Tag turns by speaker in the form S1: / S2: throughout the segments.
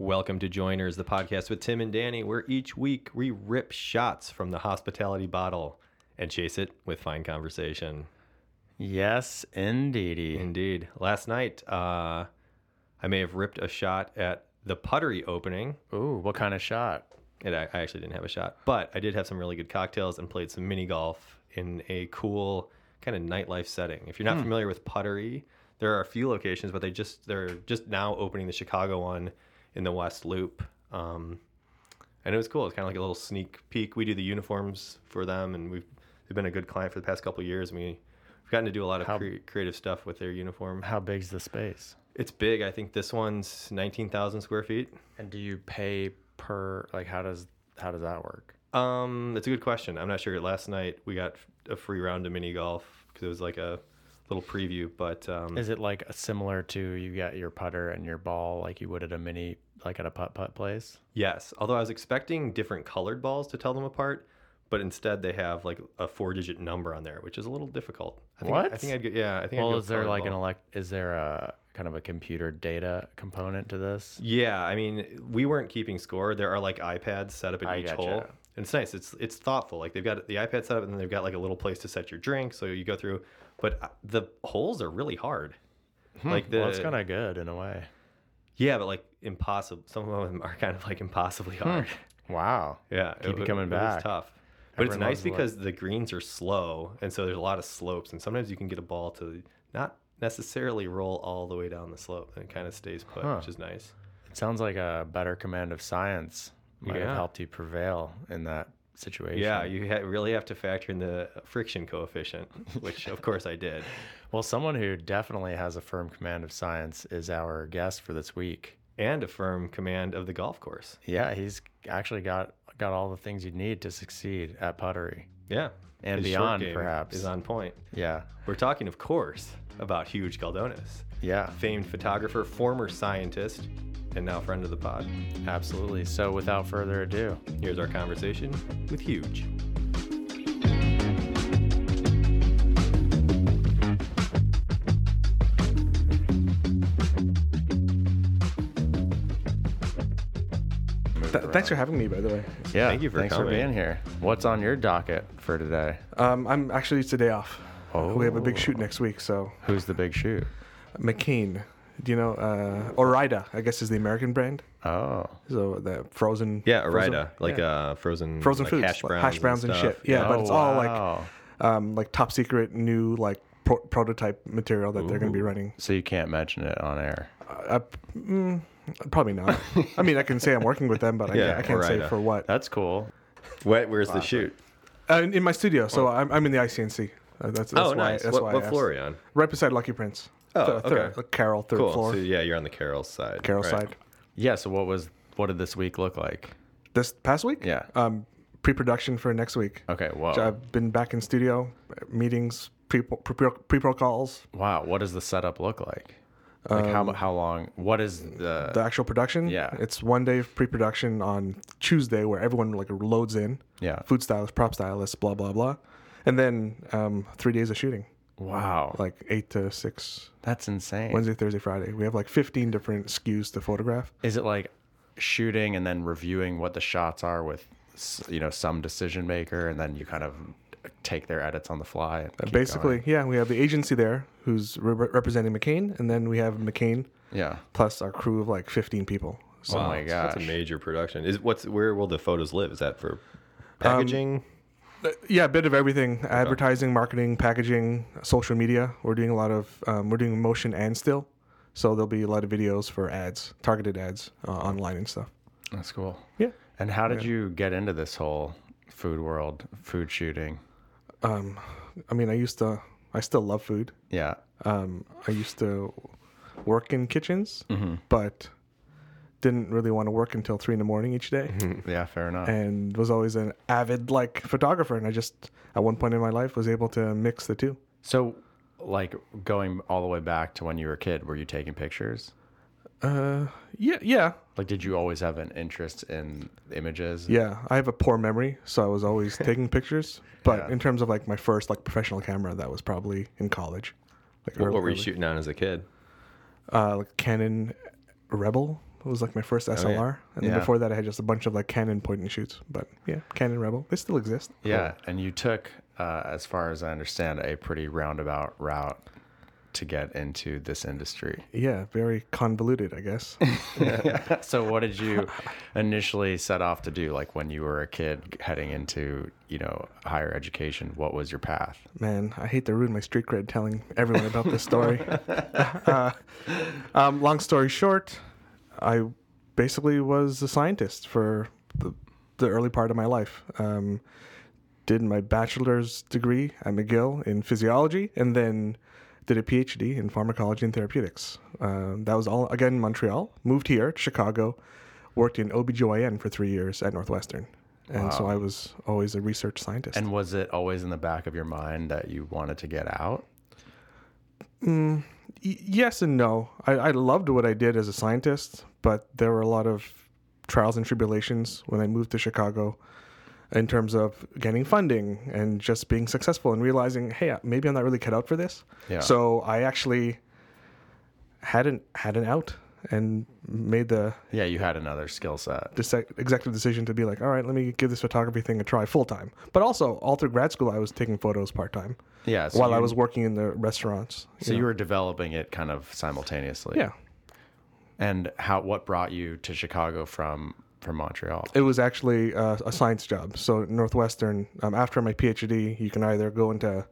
S1: Welcome to Joiners, the podcast with Tim and Danny, where each week we rip shots from the hospitality bottle and chase it with fine conversation.
S2: Yes, indeedy.
S1: Indeed. Last night, uh, I may have ripped a shot at the puttery opening.
S2: Ooh, what kind of shot?
S1: And I, I actually didn't have a shot, but I did have some really good cocktails and played some mini golf in a cool kind of nightlife setting. If you're not familiar with Puttery, there are a few locations, but they just they're just now opening the Chicago one in the West Loop. Um, and it was cool. It's kind of like a little sneak peek. We do the uniforms for them, and we've they've been a good client for the past couple of years. And we, we've gotten to do a lot of
S2: How-
S1: cre- creative stuff with their uniform.
S2: How big's the space?
S1: It's big. I think this one's nineteen thousand square feet.
S2: And do you pay per like how does how does that work?
S1: Um, that's a good question. I'm not sure. Last night we got a free round of mini golf because it was like a little preview. But um,
S2: Is it like similar to you got your putter and your ball like you would at a mini like at a putt putt place?
S1: yes, although I was expecting different colored balls to tell them apart, but instead they have like a four-digit number on there, which is a little difficult. I think, I
S2: What?
S1: think I'd go. Yeah, I think. I'd
S2: Well,
S1: go
S2: is there
S1: colored
S2: like an
S1: ball.
S2: elect is there a kind of a computer data component to this?
S1: Yeah, I mean, we weren't keeping score. There are like iPads set up
S2: I
S1: at each
S2: gotcha.
S1: hole. And it's nice. It's it's thoughtful. Like they've got the iPad set up, and then they've got like a little place to set your drink. So you go through, but uh, the holes are really hard. Like Hmm. the
S2: Hmm. well, it's kind of good in a way.
S1: Yeah, but like impossible. Some of them are kind of like impossibly hard.
S2: Wow.
S1: Yeah,
S2: Hmm. Keep it coming
S1: It's
S2: back.
S1: tough, but it's
S2: Everyone
S1: nice
S2: loves the look.
S1: because the greens are slow, and so there's a lot of slopes, and sometimes you can get a ball to not necessarily roll all the way down the slope, and it kind of stays put,
S2: Huh.
S1: which is nice.
S2: It sounds like a better command of science might
S1: Yeah.
S2: have helped you prevail in that situation.
S1: Yeah, you ha- really have to factor in the friction coefficient, which of course I did.
S2: Well, someone who definitely has a firm command of science is our guest for this week.
S1: And a firm command of the golf course.
S2: Yeah, he's actually got got all the things you need to succeed at puttery.
S1: Yeah.
S2: And
S1: short
S2: beyond,
S1: game
S2: perhaps.
S1: Is on point.
S2: Yeah.
S1: We're talking, of course, about Huge Galdonis.
S2: Yeah,
S1: famed photographer, former scientist, and now friend of the pod.
S2: absolutely. So without further ado,
S1: Here's our conversation with Huge.
S3: Th- thanks for having me, by the way.
S2: yeah,
S1: Thank you for
S2: thanks
S1: coming.
S2: for being here. What's on your docket for today?
S3: Um, I'm actually it's a day off. We have a big shoot next week, so
S2: Who's the big shoot?
S3: McCain. Do you know uh, Orida? I guess is the American brand.
S2: Oh,
S3: So the frozen.
S1: Yeah,
S3: frozen-
S1: Arida, like
S3: yeah.
S1: uh, frozen,
S3: frozen
S1: like
S3: foods,
S1: hash
S3: like
S1: browns,
S3: hash browns and,
S1: stuff.
S3: shit. Yeah, but
S2: Oh,
S3: it's all
S2: wow.
S3: like, um, like top secret new like pro- prototype material that they're gonna be running.
S2: so you can't mention it on air.
S3: Uh, mm, probably not. I mean, I can say I'm working with them, but I,
S1: Yeah,
S3: can't- I can't
S1: Orida.
S3: say for what.
S2: That's cool.
S1: Where- where's the shoot?
S3: Uh, in in my studio, so I'm, I'm in the ICNC. Uh, that's, that's
S1: Oh,
S3: why,
S1: nice.
S3: That's
S1: what
S3: why I
S1: what
S3: asked.
S1: floor are you on?
S3: Right beside Lucky Prince.
S1: Oh,
S3: Th- third-
S1: okay.
S3: Carol, third
S1: Cool.
S3: floor.
S1: So yeah, you're on the Carol's side.
S3: Carol
S1: right.
S3: side.
S2: Yeah. So what was what did this week look like?
S3: This past week?
S2: Yeah.
S3: Um, pre production for next week.
S2: Okay. Whoa.
S3: So I've been back in studio, meetings, pre pro calls,
S2: Wow, what does the setup look like? Like how
S3: Um,
S2: mu- how long? What is the,
S3: the actual production.
S2: Uh, Yeah.
S3: It's one day of pre production on Tuesday where everyone like loads in.
S2: Yeah.
S3: Food stylist, prop stylist, blah, blah, blah. And then um, three days of shooting,
S2: wow? Like
S3: like eight to six,
S2: that's insane.
S3: Wednesday, Thursday, Friday. We have like 15 different SKUs to photograph.
S2: Is it like shooting and then reviewing what the shots are with s- you know some decision maker, and then you kind of take their edits on the fly? And keep
S3: Basically, yeah, we have the agency there who's re- representing McCain, and then we have McCain
S2: going? yeah.
S3: plus our crew of like 15 people. So
S2: oh my
S1: so that's a
S2: gosh.
S1: major production. Is what's where will the photos live? Is that
S3: Um,
S1: for packaging?
S3: Yeah, a bit of everything: advertising, marketing, packaging, social media. We're doing a lot of um, we're doing motion and still, so there'll be a lot of videos for ads, targeted ads uh, online and stuff.
S2: That's cool.
S3: Yeah.
S2: And how did you get into this whole food world, food shooting?
S3: Um, I mean, I used to, I still love food.
S2: Yeah.
S3: Um, I used to work in kitchens, but didn't really want to work until three in the morning each day,
S2: Yeah. Fair enough.
S3: Mm. and was always an avid like photographer. And I just at one point in my life was able to mix the two.
S2: So, like going all the way back to when you were a kid, were you taking pictures?
S3: Yeah, yeah,
S2: Like, did you always have an interest in images?
S3: Yeah, I have a poor memory, so I was always taking pictures. But in terms of like my first like professional camera, that was probably in college. Like
S1: What,
S3: early-
S1: what were you
S3: early-
S1: shooting on as a kid?
S3: Uh, like Canon Rebel It was like my first SLR, and then
S2: Oh, Yeah.
S3: before that, I had just a bunch of like Canon point and shoots. But yeah, Canon Rebel, they still exist.
S2: Yeah, and you took, uh, as far as I understand, a pretty roundabout route to get into this industry.
S3: Yeah, very convoluted, I guess.
S2: so, what did you initially set off to do? Like when you were a kid heading into, you know, higher education, what was your path?
S3: Man, I hate to ruin my street cred telling everyone about this story. Uh, um, long story short, I basically was a scientist for the, the early part of my life. Um, did my bachelor's degree at McGill in physiology and then did a PhD in pharmacology and therapeutics. Um, that was all, again, Montreal. Moved here to Chicago, worked in OBGYN for three years at Northwestern. And so I was always a research scientist.
S2: And was it always in the back of your mind that you wanted to get out?
S3: y- yes and no. I, I loved what I did as a scientist, but there were a lot of trials and tribulations when I moved to Chicago in terms of getting funding and just being successful and realizing, hey, maybe I'm not really cut out for this.
S2: Yeah.
S3: So I actually had an, had an out and made the
S2: Yeah, you had another skill set.
S3: dec- executive decision to be like, all right, let me give this photography thing a try full time. But also, all through grad school, I was taking photos part time
S2: Yeah. So
S3: while I
S2: you-
S3: was working in the restaurants.
S2: So you were developing it kind of simultaneously.
S3: Yeah.
S2: And how? What brought you to Chicago from from Montreal?
S3: It was actually uh, a science job. So Northwestern, um, after my PhD, you can either go into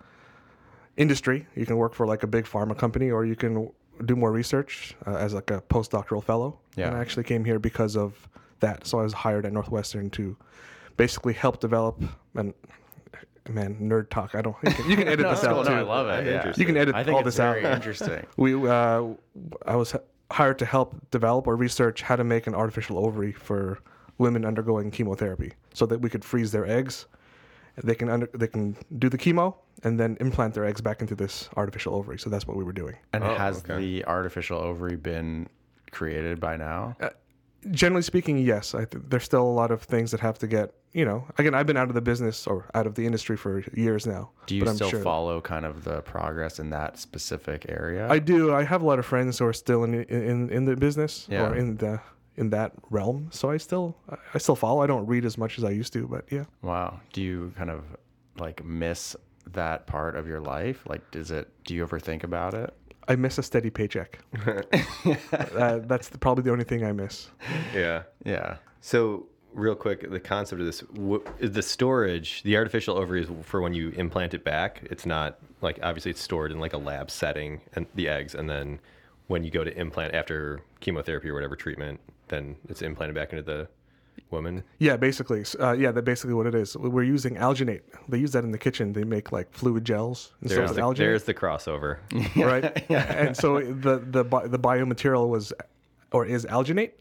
S3: industry, you can work for like a big pharma company, or you can do more research uh, as like a postdoctoral fellow.
S2: Yeah.
S3: And I actually came here because of that. So I was hired at Northwestern to basically help develop and man nerd talk. I don't. You can, you can edit
S2: No,
S3: this
S2: no,
S3: out
S2: no,
S3: too.
S2: I love it.
S1: I'm
S2: yeah.
S1: interested.
S3: You can edit
S2: I think
S3: all
S2: it's
S3: this out.
S2: very interesting.
S3: We, uh, I was h- hired to help develop or research how to make an artificial ovary for women undergoing chemotherapy, so that we could freeze their eggs. They can under, they can do the chemo and then implant their eggs back into this artificial ovary. So that's what we were doing.
S2: And
S1: Oh,
S2: has
S1: okay.
S2: the artificial ovary been created by now?
S3: Generally speaking, yes. I th- there's still a lot of things that have to get. You know, again, I've been out of the business or out of the industry for years now.
S2: Do you
S3: but I'm
S2: still
S3: sure-
S2: follow kind of the progress in that specific area?
S3: I do. I have a lot of friends who are still in in, in the business
S2: Yeah.
S3: or in the in that realm. So I still I still follow. I don't read as much as I used to, but yeah.
S2: wow. Do you kind of like miss that part of your life? Like, does it? Do you ever think about it?
S3: I miss a steady paycheck. uh, that's the, probably the only thing I miss.
S1: Yeah.
S2: Yeah.
S1: So real quick, the concept of this, wh- is the storage, the artificial ovary is for when you implant it back. It's not like obviously it's stored in like a lab setting and the eggs, and then when you go to implant after chemotherapy or whatever treatment, then it's implanted back into the woman.
S3: Yeah, basically. s- Uh, yeah, that basically what it is. We're using alginate. They use that in the kitchen. They make like fluid gels and
S1: There's
S3: stuff with
S1: the,
S3: alginate.
S1: there's the crossover.
S3: right? And so the the bi- the biomaterial was or is alginate,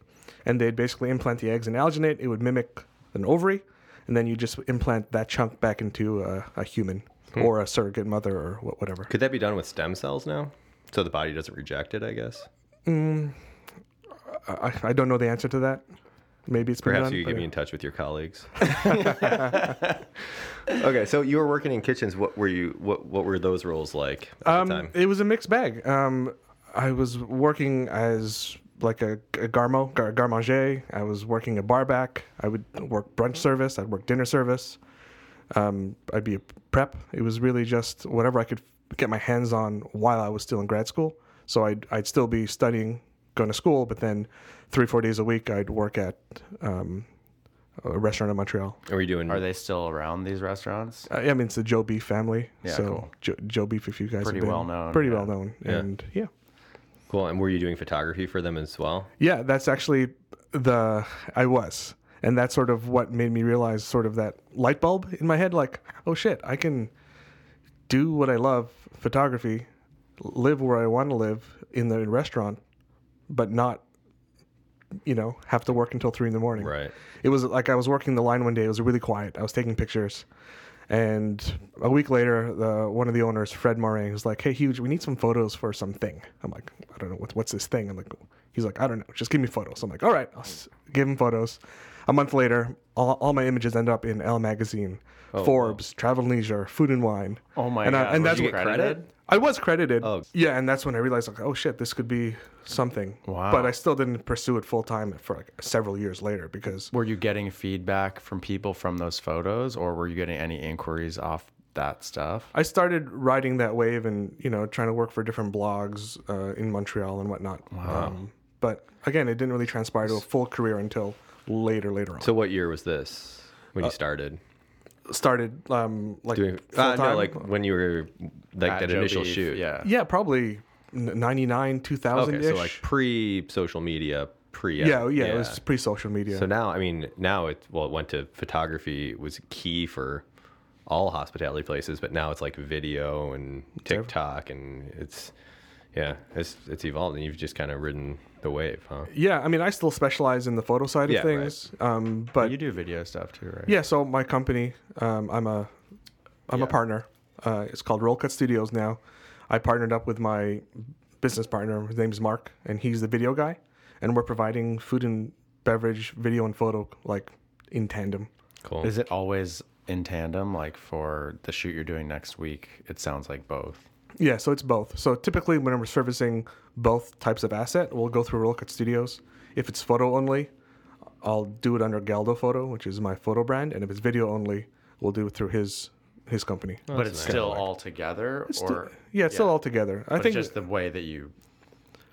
S3: and they'd basically implant the eggs in alginate. It would mimic an ovary, and then you just implant that chunk back into a, a human
S1: Hmm.
S3: or a surrogate mother or wha- whatever.
S1: Could that be done with stem cells now? So the body doesn't reject it, I guess.
S3: I, I don't know the answer to that. Maybe it's been
S1: Perhaps
S3: done,
S1: you
S3: but
S1: could
S3: yeah.
S1: be in touch with your colleagues. okay, so you were working in kitchens. What were you? What what were those roles like at
S3: Um,
S1: the time?
S3: it was a mixed bag. Um, I was working as like a, a garmo, gar, garmanger. I was working a barback. I would work brunch service. I'd work dinner service. Um, I'd be a prep. It was really just whatever I could get my hands on while I was still in grad school. So I'd I'd still be studying, going to school, but then three four days a week I'd work at um, a restaurant in Montreal.
S1: Or were you doing?
S2: Are they still around these restaurants?
S3: I I mean, it's the Joe Beef family.
S2: Yeah,
S3: so
S2: cool.
S3: Jo- Joe Beef, if you guys
S2: Pretty
S3: have been,
S2: well known,
S3: pretty
S2: yeah.
S3: well known,
S1: Yeah.
S3: and yeah.
S1: Cool. And were you doing photography for them as well?
S3: Yeah, that's actually the I was. And that's sort of what made me realize sort of that light bulb in my head like, oh shit, I can do what I love, photography, live where I want to live in the restaurant, but not you know, have to work until three in the morning
S1: Right.
S3: it was like I was working the line one day. It was really quiet. I was taking pictures, and a week later, the, one of the owners, Fred Morin, was like, "Hey, huge, we need some photos for something." I'm like, "I don't know what, what's this thing." I'm like, "He's like, I don't know. Just give me photos." I'm like, "All right, I'll s- give him photos." A month later, all, all my images end up in Elle magazine, Forbes, Travel and Leisure, Food and Wine.
S2: Oh my
S3: and I-
S2: god!
S3: and
S2: were
S3: that's
S2: you
S3: what
S2: credited?
S3: I was credited.
S1: Oh.
S3: Yeah, and that's when I realized like, oh shit, this could be something.
S2: Wow.
S3: But I still didn't pursue it full time for like several years later because
S2: Were you getting feedback from people from those photos, or were you getting any inquiries off that stuff?
S3: I started riding that wave and you know trying to work for different blogs uh, in Montreal and whatnot. Wow. Um, but again, it didn't really transpire to a full career until later, later on.
S1: So what year was this when you
S2: Uh,
S1: started
S3: started um, like
S1: doing? Uh,
S3: full-time.
S1: no, like when you were like that
S2: Joe
S1: initial
S2: Beef,
S1: shoot.
S2: Yeah.
S3: yeah, probably n- 99, 2000
S1: Okay,
S3: ish.
S1: so like pre social media, pre
S3: yeah, yeah, it was pre social media.
S1: So now, I mean, now it well, it went to photography it was key for all hospitality places, but now it's like video and TikTok, and it's yeah, it's it's evolved, and you've just kind of ridden the wave, huh?
S3: yeah, I mean, I still specialize in the photo side of
S1: Yeah, right.
S3: things, um, but
S2: You do video stuff too, right?
S3: Yeah, so my company, um, I'm a, I'm a partner. Uh, it's called Roll Cut Studios now. I partnered up with my business partner. His name's Mark, and he's the video guy. And we're providing food and beverage, video and photo, like in tandem.
S1: Cool.
S2: Is it always in tandem, like for the shoot you're doing next week? It sounds like both.
S3: Yeah, so it's both. So typically, when we're servicing both types of asset, we'll go through Roll Cut Studios. If it's photo only, I'll do it under Galdo Photo, which is my photo brand, and if it's video only, we'll do it through his his company.
S2: but it's still all together, or
S3: yeah, it's still all together. I
S2: but
S3: think
S2: it's just the way that you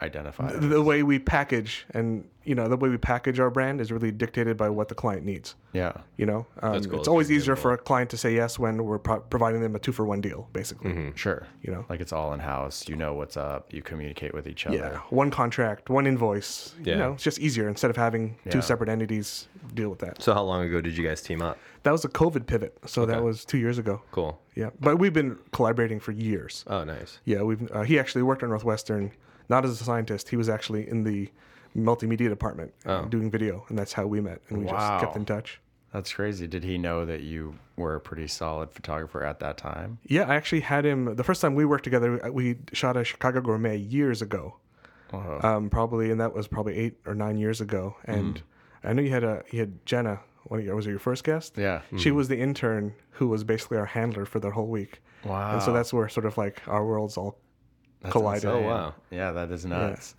S2: identify. it.
S3: the way we package and you know the way we package our brand is really dictated by what the client needs
S2: Yeah.
S3: you know um,
S1: That's cool.
S3: it's
S1: That's
S3: always
S1: really
S3: easier for a client to say yes when we're pro- providing them a two for one deal basically
S2: Sure.
S3: You know?
S2: Mm-hmm. like it's all in house. You know what's up. You communicate with each other.
S3: yeah one contract one invoice
S1: Yeah.
S3: you know it's just easier instead of having
S2: Yeah.
S3: two separate entities deal with that
S1: So how long ago did you guys team up?
S3: that was a covid pivot so that was two years ago
S1: Cool.
S3: yeah but we've been collaborating for years
S1: Oh, nice.
S3: yeah we've uh, he actually worked at northwestern not as a scientist he was actually in the multimedia department uh, doing video and that's how we met and we
S2: Wow.
S3: just kept in touch
S2: That's crazy. Did he know that you were a pretty solid photographer at that time?
S3: Yeah, I actually had him the first time we worked together. uh, We shot a Chicago Gourmet years ago,
S2: Whoa.
S3: um, probably, and that was probably eight or nine years ago. And
S2: Mm-hmm.
S3: I knew you had a you had Jenna. One of your, was it your first guest?
S2: Yeah. Mm-hmm.
S3: she was the intern who was basically our handler for the whole week.
S2: Wow.
S3: And so that's where sort of like our worlds all
S2: That's
S3: collided.
S2: insane.
S1: Oh, wow.
S2: Yeah, that is nuts.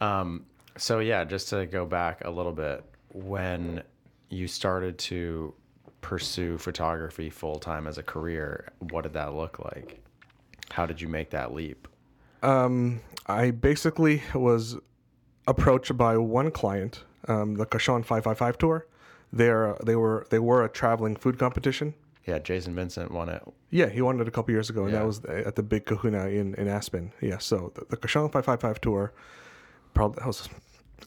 S2: Um, so yeah, just to go back a little bit, when you started to pursue photography full time as a career, what did that look like? How did you make that leap?
S3: Um, I basically was approached by one client, um, the Kashan Five Five Five tour. They're they were they were a traveling food competition.
S2: Yeah, Jason Vincent won it.
S3: Yeah, he won it a couple years ago, and
S2: Yeah.
S3: that was at the Big Kahuna in, in Aspen. Yeah, so the, the Kashan 555 tour, probably, I was,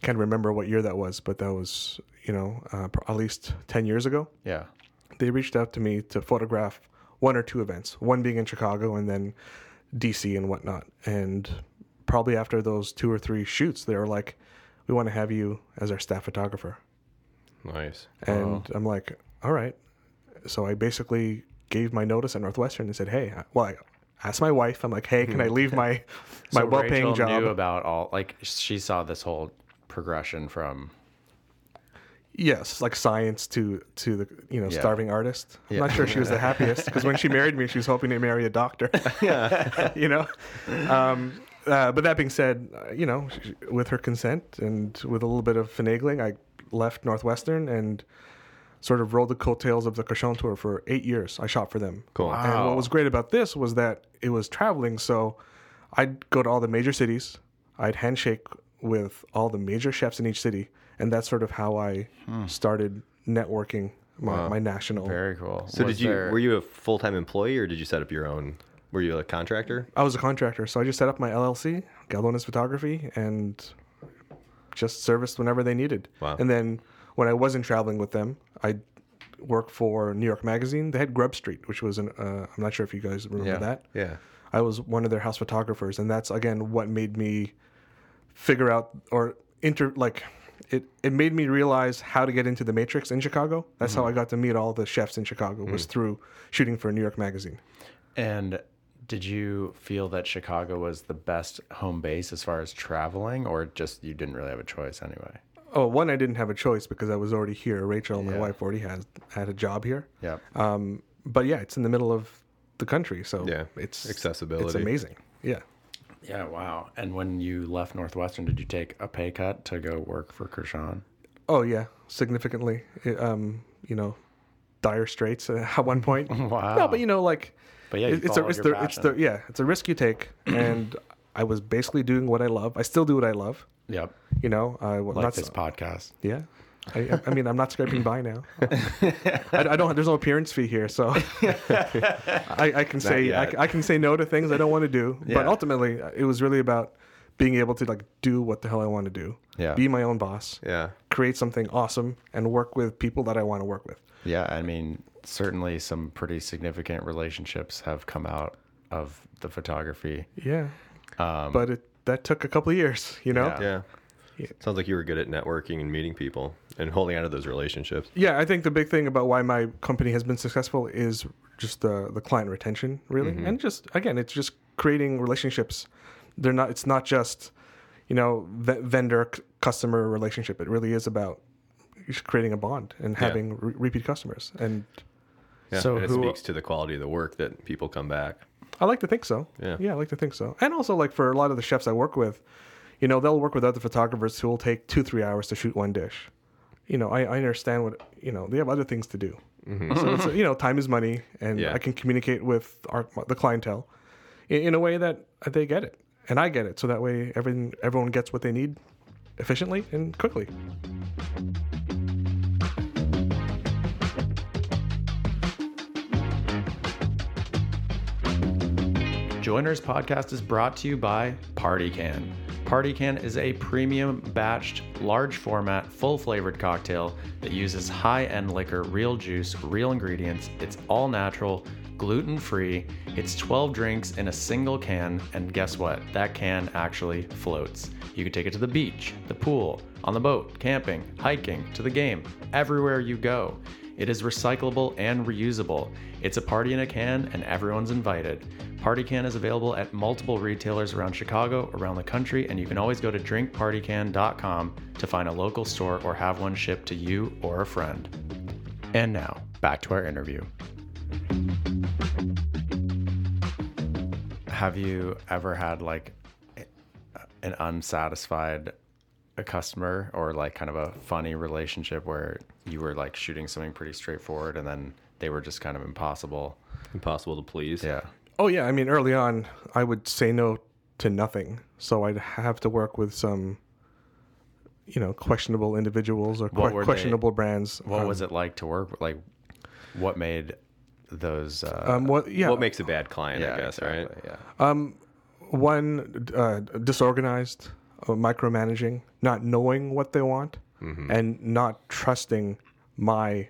S3: can't remember what year that was, but that was, you know, uh, pro- at least 10 years ago.
S2: Yeah.
S3: They reached out to me to photograph one or two events, one being in Chicago and then DC and whatnot. And probably after those two or three shoots, they were like, we want to have you as our staff photographer.
S1: Nice.
S3: And
S2: Oh.
S3: I'm like, all right. So I basically gave my notice at Northwestern and said, hey, I- well, I asked my wife, I'm like, hey, can I leave my my
S2: Hmm. So
S3: well-paying
S2: Rachel
S3: job?
S2: knew about all like she saw this whole progression from
S3: yes, like science to to the you know
S2: Yeah.
S3: starving artist. I'm not sure she was the happiest because when she married me, she was hoping to marry a doctor. yeah, you know. Um, uh, but that being said, uh, you know, sh- sh- with her consent and with a little bit of finagling, I left Northwestern and sort of rolled the coattails of the Cochon tour for eight years. I shot for them.
S1: Cool.
S3: And
S2: Wow.
S3: what was great about this was that it was traveling, so I'd go to all the major cities. I'd handshake with all the major chefs in each city, and that's sort of how I started networking my, my national.
S2: Hmm. very cool.
S1: So did you were you a full time employee or did you set up your own? Were you a contractor?
S3: I was a contractor, so I just set up my LLC, Galdonis Photography, and just serviced whenever they needed.
S1: Wow.
S3: And then when I wasn't traveling with them, I worked for New York Magazine. They had Grub Street, which was an uh, I'm not sure if you guys remember
S2: Yeah.
S3: that.
S1: Yeah.
S3: I was one of their house photographers, and that's again what made me figure out or inter like it. It made me realize how to get into the matrix in Chicago. That's
S1: Mm-hmm.
S3: how I got to meet all the chefs in Chicago
S1: Mm.
S3: was through shooting for New York Magazine.
S2: And did you feel that Chicago was the best home base as far as traveling, or just you didn't really have a choice anyway?
S3: oh, one, I didn't have a choice because I was already here. Rachel, my
S2: Yeah.
S3: wife, already has had a job here.
S2: Yeah.
S3: Um, but yeah, it's in the middle of the country, so
S1: Yeah,
S3: it's
S1: accessibility.
S3: It's amazing. Yeah,
S2: Yeah. Wow. And when you left Northwestern, did you take a pay cut to go work for Krishan?
S3: Oh yeah, significantly. It, um, you know, dire straits uh, at one point.
S1: Oh,
S2: Wow.
S3: No, but you know, like,
S2: Uh, But yeah, you
S3: it- it's a
S2: followed
S3: it's
S2: your
S3: the, it's the
S2: passion.
S3: yeah, it's a risk you take, and I was basically doing what I love. I still do what I love.
S2: Yep.
S3: You know, I
S2: Like
S3: not
S2: this podcast.
S3: yeah. I, I mean, I'm not scraping by now. I, I don't. There's no appearance fee here, so I, I can say I,
S2: yet.
S3: I can say no to things I don't want to do. But
S2: Yeah.
S3: ultimately, uh, it was really about being able to like do what the hell I want to do.
S2: Yeah.
S3: Be my own boss
S1: Yeah.
S3: create something awesome and work with people that I want to work with.
S2: Yeah, I mean, certainly some pretty significant relationships have come out of the photography. Um,
S3: Yeah. but it that took a couple of years, you know.
S2: Yeah.
S3: Yeah.
S1: Yeah. Sounds like you were good at networking and meeting people and holding on to those relationships.
S3: I think the big thing about why my company has been successful is just the the client retention, really,
S1: Mm-hmm.
S3: and just again, it's just creating relationships. They're not. It's not just you know v- vendor c- customer relationship. It really is about just creating a bond and having re- repeat customers. And
S1: Yeah.
S2: So
S1: and it
S2: who-
S1: speaks to the quality of the work that people come back.
S3: I like to think so.
S1: Yeah.
S3: Yeah, I like to think so. And also, like for a lot of the chefs I work with, you know, they'll work with other photographers who will take two, three hours to shoot one dish. You know, I, I understand what you know. They have other things to do. So it's, you know, time is money, and
S1: Mm-hmm. Yeah.
S3: I can communicate with our the clientele in, in a way that they get it, and I get it. So that way, everything everyone gets what they need efficiently and quickly.
S2: Joiners Podcast is brought to you by Party Can. Party Can is a premium batched, large format, full flavored cocktail that uses high end liquor, real juice, real ingredients. It's all natural, gluten free. It's 12 drinks in a single can, and guess what? That can actually floats. You can take it to the beach, the pool, on the boat, camping, hiking, to the game, everywhere you go. It is recyclable and reusable. It's a party in a can, and everyone's invited. Party Can is available at multiple retailers around Chicago, around the country, and you can always go to drinkpartycan.com to find a local store or have one shipped to you or a friend. And now, back to our interview. Have you ever had like an unsatisfied a customer or like kind of a funny relationship where you were like shooting something pretty straightforward and then they were just kind of impossible?
S1: Impossible to please.
S2: Yeah.
S3: Oh yeah, I mean early on I would say no to nothing. So I'd have to work with some you know, questionable individuals or
S2: What
S3: que-
S2: were they-
S3: questionable brands.
S2: What
S3: um,
S2: was it like to work with? Like, what made those? Uh,
S3: um what yeah.
S1: What makes a bad client, Oh, I guess, right?
S2: Yeah.
S3: one uh, disorganized, uh, micromanaging, not knowing what they want
S2: Mm-hmm.
S3: and not trusting my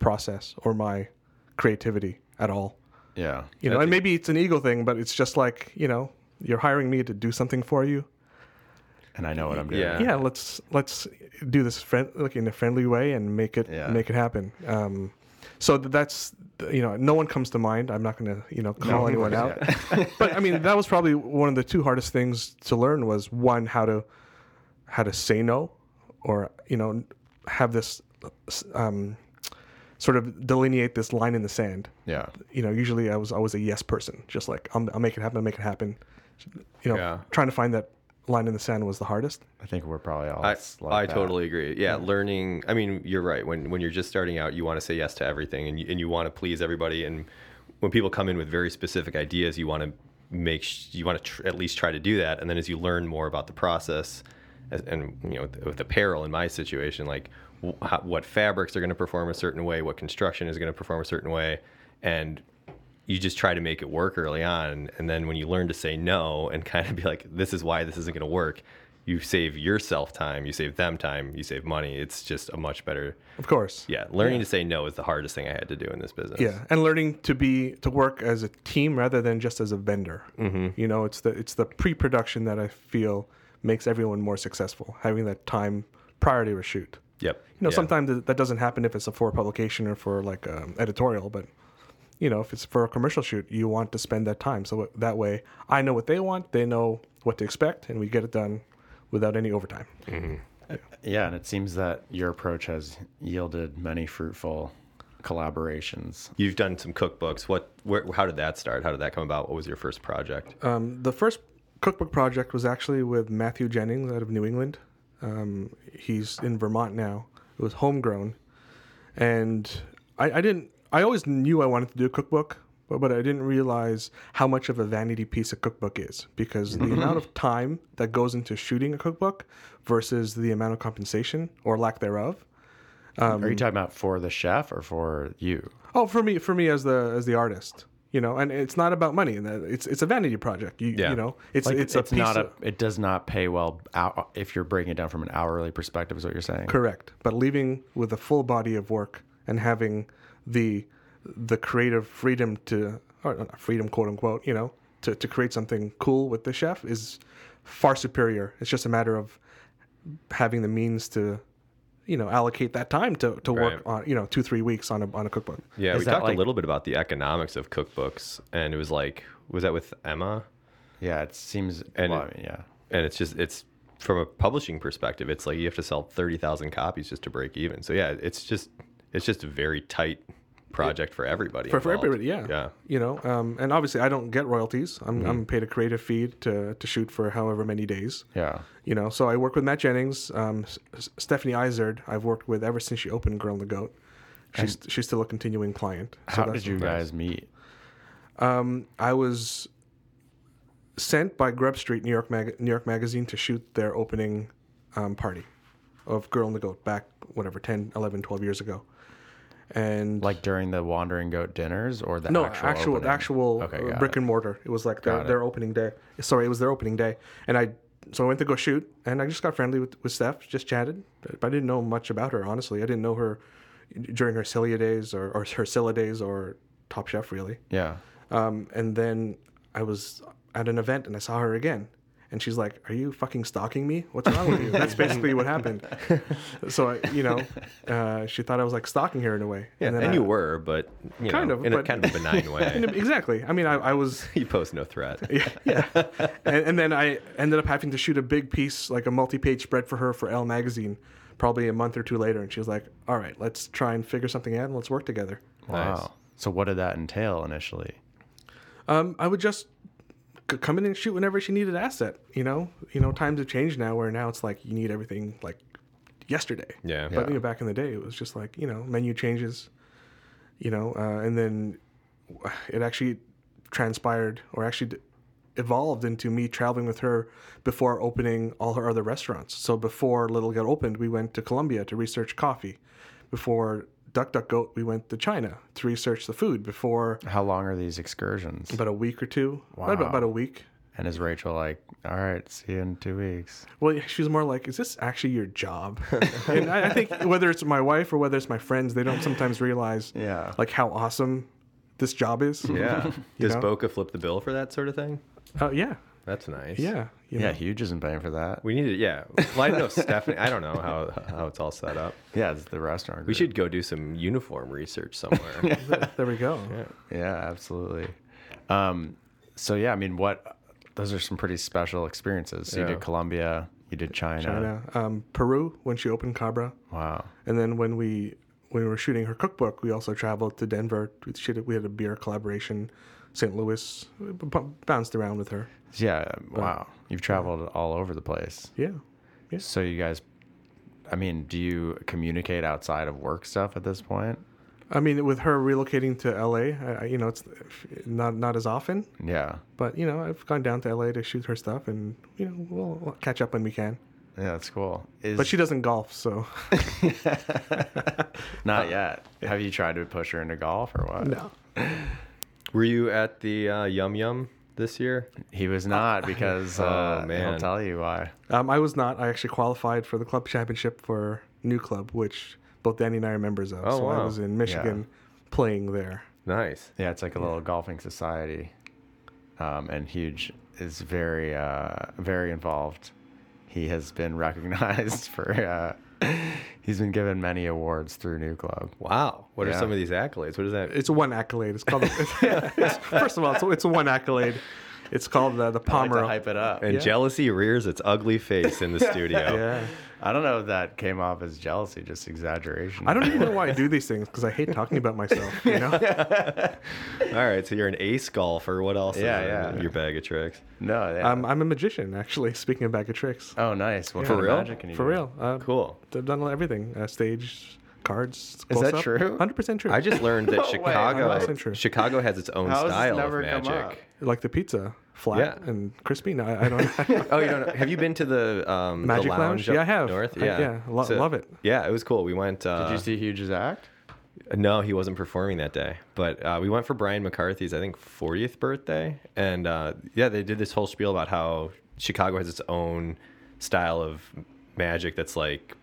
S3: process or my creativity at all.
S2: Yeah.
S3: You know, and maybe it's an ego thing, but it's just like, you know, you're hiring me to do something for you.
S2: And I know what I'm doing.
S1: Yeah.
S3: yeah let's let's do this friend like in a friendly way and make it
S2: Yeah.
S3: make it happen um so th- that's you know no one comes to mind i'm not gonna you know call anyone out but i mean that was probably one of the two hardest things to learn was one how to how to say no or you know have this um sort of delineate this line in the sand
S2: Yeah.
S3: you know usually i was always a yes person just like I'm, i'll make it happen i'll make it happen you know
S1: Yeah.
S3: trying to find that line in the sand was the hardest
S2: I think we're probably all.
S1: I,
S2: like
S1: I
S2: that.
S1: totally agree. Yeah, learning. I mean, you're right. When when you're just starting out, you want to say yes to everything, and you, and you want to please everybody. And when people come in with very specific ideas, you want to make sh- you want to tr- at least try to do that. And then as you learn more about the process, as, and you know, with, with apparel in my situation, like wh- how, what fabrics are going to perform a certain way, what construction is going to perform a certain way, and you just try to make it work early on and then when you learn to say no and kind of be like this is why this isn't going to work you save yourself time you save them time you save money it's just a much better
S3: Of course.
S1: yeah learning to say no is the hardest thing i had to do in this business
S3: Yeah, and learning to be to work as a team rather than just as a vendor. Mm-hmm. You know, it's the it's the pre-production that I feel makes everyone more successful, having that time prior to a shoot.
S1: yep
S3: You know,
S1: Yeah.
S3: sometimes th- that doesn't happen if it's a for a publication or for like um, editorial, but you know, if it's for a commercial shoot, you want to spend that time. So that way, I know what they want, they know what to expect, and we get it done without any overtime.
S2: Yeah, and it seems that your approach has yielded many fruitful collaborations.
S1: You've done some cookbooks. What? Where, how did that start? How did that come about? What was your first project?
S3: Um, the first cookbook project was actually with Matthew Jennings out of New England. Um, he's in Vermont now. It was homegrown, and I, I didn't. I always knew I wanted to do a cookbook, but, but I didn't realize how much of a vanity piece a cookbook is because
S2: Mm-hmm.
S3: the amount of time that goes into shooting a cookbook versus the amount of compensation or lack thereof. Um,
S2: Are you talking about for the chef or for you?
S3: Oh, for me, for me as the as the artist, you know, and it's not about money. and that- It's it's a vanity project. You,
S1: Yeah.
S3: you know, it's
S2: Like,
S3: it's,
S2: it's,
S3: a piece
S2: not
S3: of,
S2: a, it does not pay well out, if you're breaking it down from an hourly perspective, is what you're saying.
S3: Correct. But leaving with a full body of work and having the the creative freedom to or not freedom quote unquote, you know, to, to create something cool with the chef is far superior. It's just a matter of having the means to you know, allocate that time to, to work
S1: Right.
S3: on you know, two, three weeks on a on a cookbook.
S1: Yeah,
S2: Is
S1: we
S2: that
S1: talked
S2: like-
S1: a little bit about the economics of cookbooks, and it was like, was that with Emma?
S2: Yeah, it seems.
S1: And-
S2: well, I mean, yeah.
S1: And it's just it's from a publishing perspective, it's like you have to sell thirty thousand copies just to break even. So yeah, it's just it's just a very tight project for everybody.
S3: For, for
S1: involved.
S3: everybody, yeah.
S1: Yeah. Mm-hmm.
S3: You know, um, and obviously I don't get royalties. I'm, I'm paid a creative fee to, to shoot for however many days.
S2: Yeah.
S3: you know so i work with matt jennings um, S- S- stephanie izard i've worked with ever since she opened girl and the goat she's she's still a continuing client so
S2: How
S3: that's- Um,
S2: did you guys meet?
S3: i was sent by grub street new york Mag- new york magazine to shoot their opening um, party of girl and the goat back whatever 10 11 12 years ago and
S2: Like during the Wandering Goat dinners or the
S3: no
S2: actual
S3: actual actual,
S2: opening? Okay,
S3: uh,
S2: got
S3: brick
S2: it.
S3: and mortar it was like
S2: Got
S3: their,
S2: it.
S3: their opening day sorry it was their opening day and i so i went to go shoot and i just got friendly with, with steph just chatted but i didn't know much about her honestly i didn't know her during her cilia days or, or her Cilla days or top chef really
S2: Yeah.
S3: um, and then I was at an event and I saw her again. And she's like, Are you fucking stalking me? What's wrong with you? That's basically what happened. So, I, you know, uh, she thought I was like stalking her in a way.
S1: Yeah, and,
S3: I-
S1: you were, but you
S3: Kind
S1: know,
S3: of,
S1: in a
S3: but-
S1: kind of a benign
S3: and
S1: way.
S3: it- exactly. I mean, I, I was,
S1: you pose no threat.
S3: yeah. yeah. And, and then I ended up having to shoot a big piece, like a multi page spread for her for Elle magazine, probably a month or two later. And she was like, All right, let's try and figure something out and let's work together.
S2: Wow.
S1: Nice.
S2: So what did that entail initially?
S3: Um, I would just c- come in and shoot whenever she needed asset. You know, you know, times have changed now where now it's like you need everything like yesterday.
S1: Yeah.
S3: But you know, back in the day, it was just like you know, menu changes. You know, uh, and then it actually transpired, or actually d- evolved into me traveling with her before opening all her other restaurants. So before Little got opened, we went to Colombia to research coffee. Before Duck Duck Goat, we went to China to research the food. Before
S2: How long are these excursions?
S3: about a week or two. About, about a week.
S2: And is Rachel like, all right, see you in two weeks?
S3: Well, yeah, she was more like, "Is this actually your job?" and I, I think whether it's my wife or whether it's my friends, they don't sometimes realize,
S2: Yeah.
S3: like how awesome this job is.
S1: Yeah. Does
S3: know?
S1: Boca flip the bill for that sort of thing?
S3: Uh, yeah,
S1: That's nice.
S3: yeah, you
S2: Yeah,
S3: know.
S2: Huge isn't paying for that.
S1: We need to, yeah. Well, I don't know if Stephanie, I don't know how, how it's all set up.
S2: Yeah, it's the restaurant.
S1: We
S2: group.
S1: should go do some uniform research somewhere.
S3: There we go.
S2: Yeah, absolutely. Um, so yeah, I mean, what? Those are some pretty special experiences. So you
S1: Yeah.
S2: did Colombia, you did China.
S3: China, um, Peru when she opened Cabra,
S2: Wow.
S3: and then when we when we were shooting her cookbook, we also traveled to Denver. We she did- we had a beer collaboration, St. Louis, We b- bounced around with her.
S2: Yeah.
S3: Uh,
S2: Wow. You've traveled all over the place.
S3: Yeah,
S2: So you guys, I mean, do you communicate outside of work stuff at this point?
S3: I mean, with her relocating to LA, I, I, you know, it's not not as often.
S2: Yeah.
S3: But you know, I've gone down to LA to shoot her stuff, and you know, we'll, we'll catch up when we can.
S2: Yeah, that's cool. Is,
S3: But she doesn't golf, so
S2: not yet. Have you tried to push her into golf or what?
S3: uh, no.
S1: Were you at the uh, Yum Yum this year?
S2: He was not
S3: Oh,
S2: because uh, he'll
S1: man.
S2: tell you why.
S3: Um, I was not. I actually qualified for the club championship for new club, which both Danny and I are members of.
S1: Oh,
S3: so I
S1: wow.
S3: was in Michigan playing there.
S1: Nice.
S2: Yeah, it's like a little golfing society, um, and Huge is very, uh, very involved. He has been recognized for. Uh, he's been given many awards through New Club.
S1: Wow. What
S2: Yeah.
S1: are some of these accolades? What is that?
S3: It's one accolade. It's called. it's, first of all, it's, it's one accolade. It's called the the
S2: I like
S3: Palmer.
S2: to hype it up.
S1: and jealousy rears its ugly face in the studio.
S3: yeah,
S2: I don't know if that came off as jealousy, just exaggeration.
S3: I don't even know why I do these things because I hate talking about myself. You know,
S1: All right, so you're an ace golfer. What else?
S2: Yeah,
S1: is in
S2: yeah.
S1: Your bag of tricks.
S2: No. Yeah.
S3: um, I'm a magician actually. Speaking of bag of tricks,
S2: oh, nice. What
S1: For
S2: kind of
S1: real?
S2: magic can you
S3: for
S2: do?
S3: real, uh,
S1: Cool.
S3: I've done everything: uh, stage, cards.
S2: Is that true?
S3: Hundred percent true.
S1: I just learned that
S2: No way,
S1: Chicago
S3: 100% true.
S1: Chicago has its own
S2: How has this
S1: style
S2: never
S1: of
S2: come up?
S1: magic.
S3: like the pizza, flat
S1: Yeah.
S3: and crispy. No, I, I don't.
S1: Oh, you don't know. Have you been to the um, the
S3: Magic
S1: lounge?
S3: Lounge? Yeah,
S1: up
S3: I have.
S1: North,
S3: I-
S1: yeah,
S3: yeah, lo- love it.
S1: Yeah, it was cool. We went. Uh,
S2: Did you see Huge's act?
S1: No, he wasn't performing that day. But uh, we went for Brian McCarthy's, I think, 40th birthday. And uh, yeah, they did this whole spiel about how Chicago has its own style of magic that's like,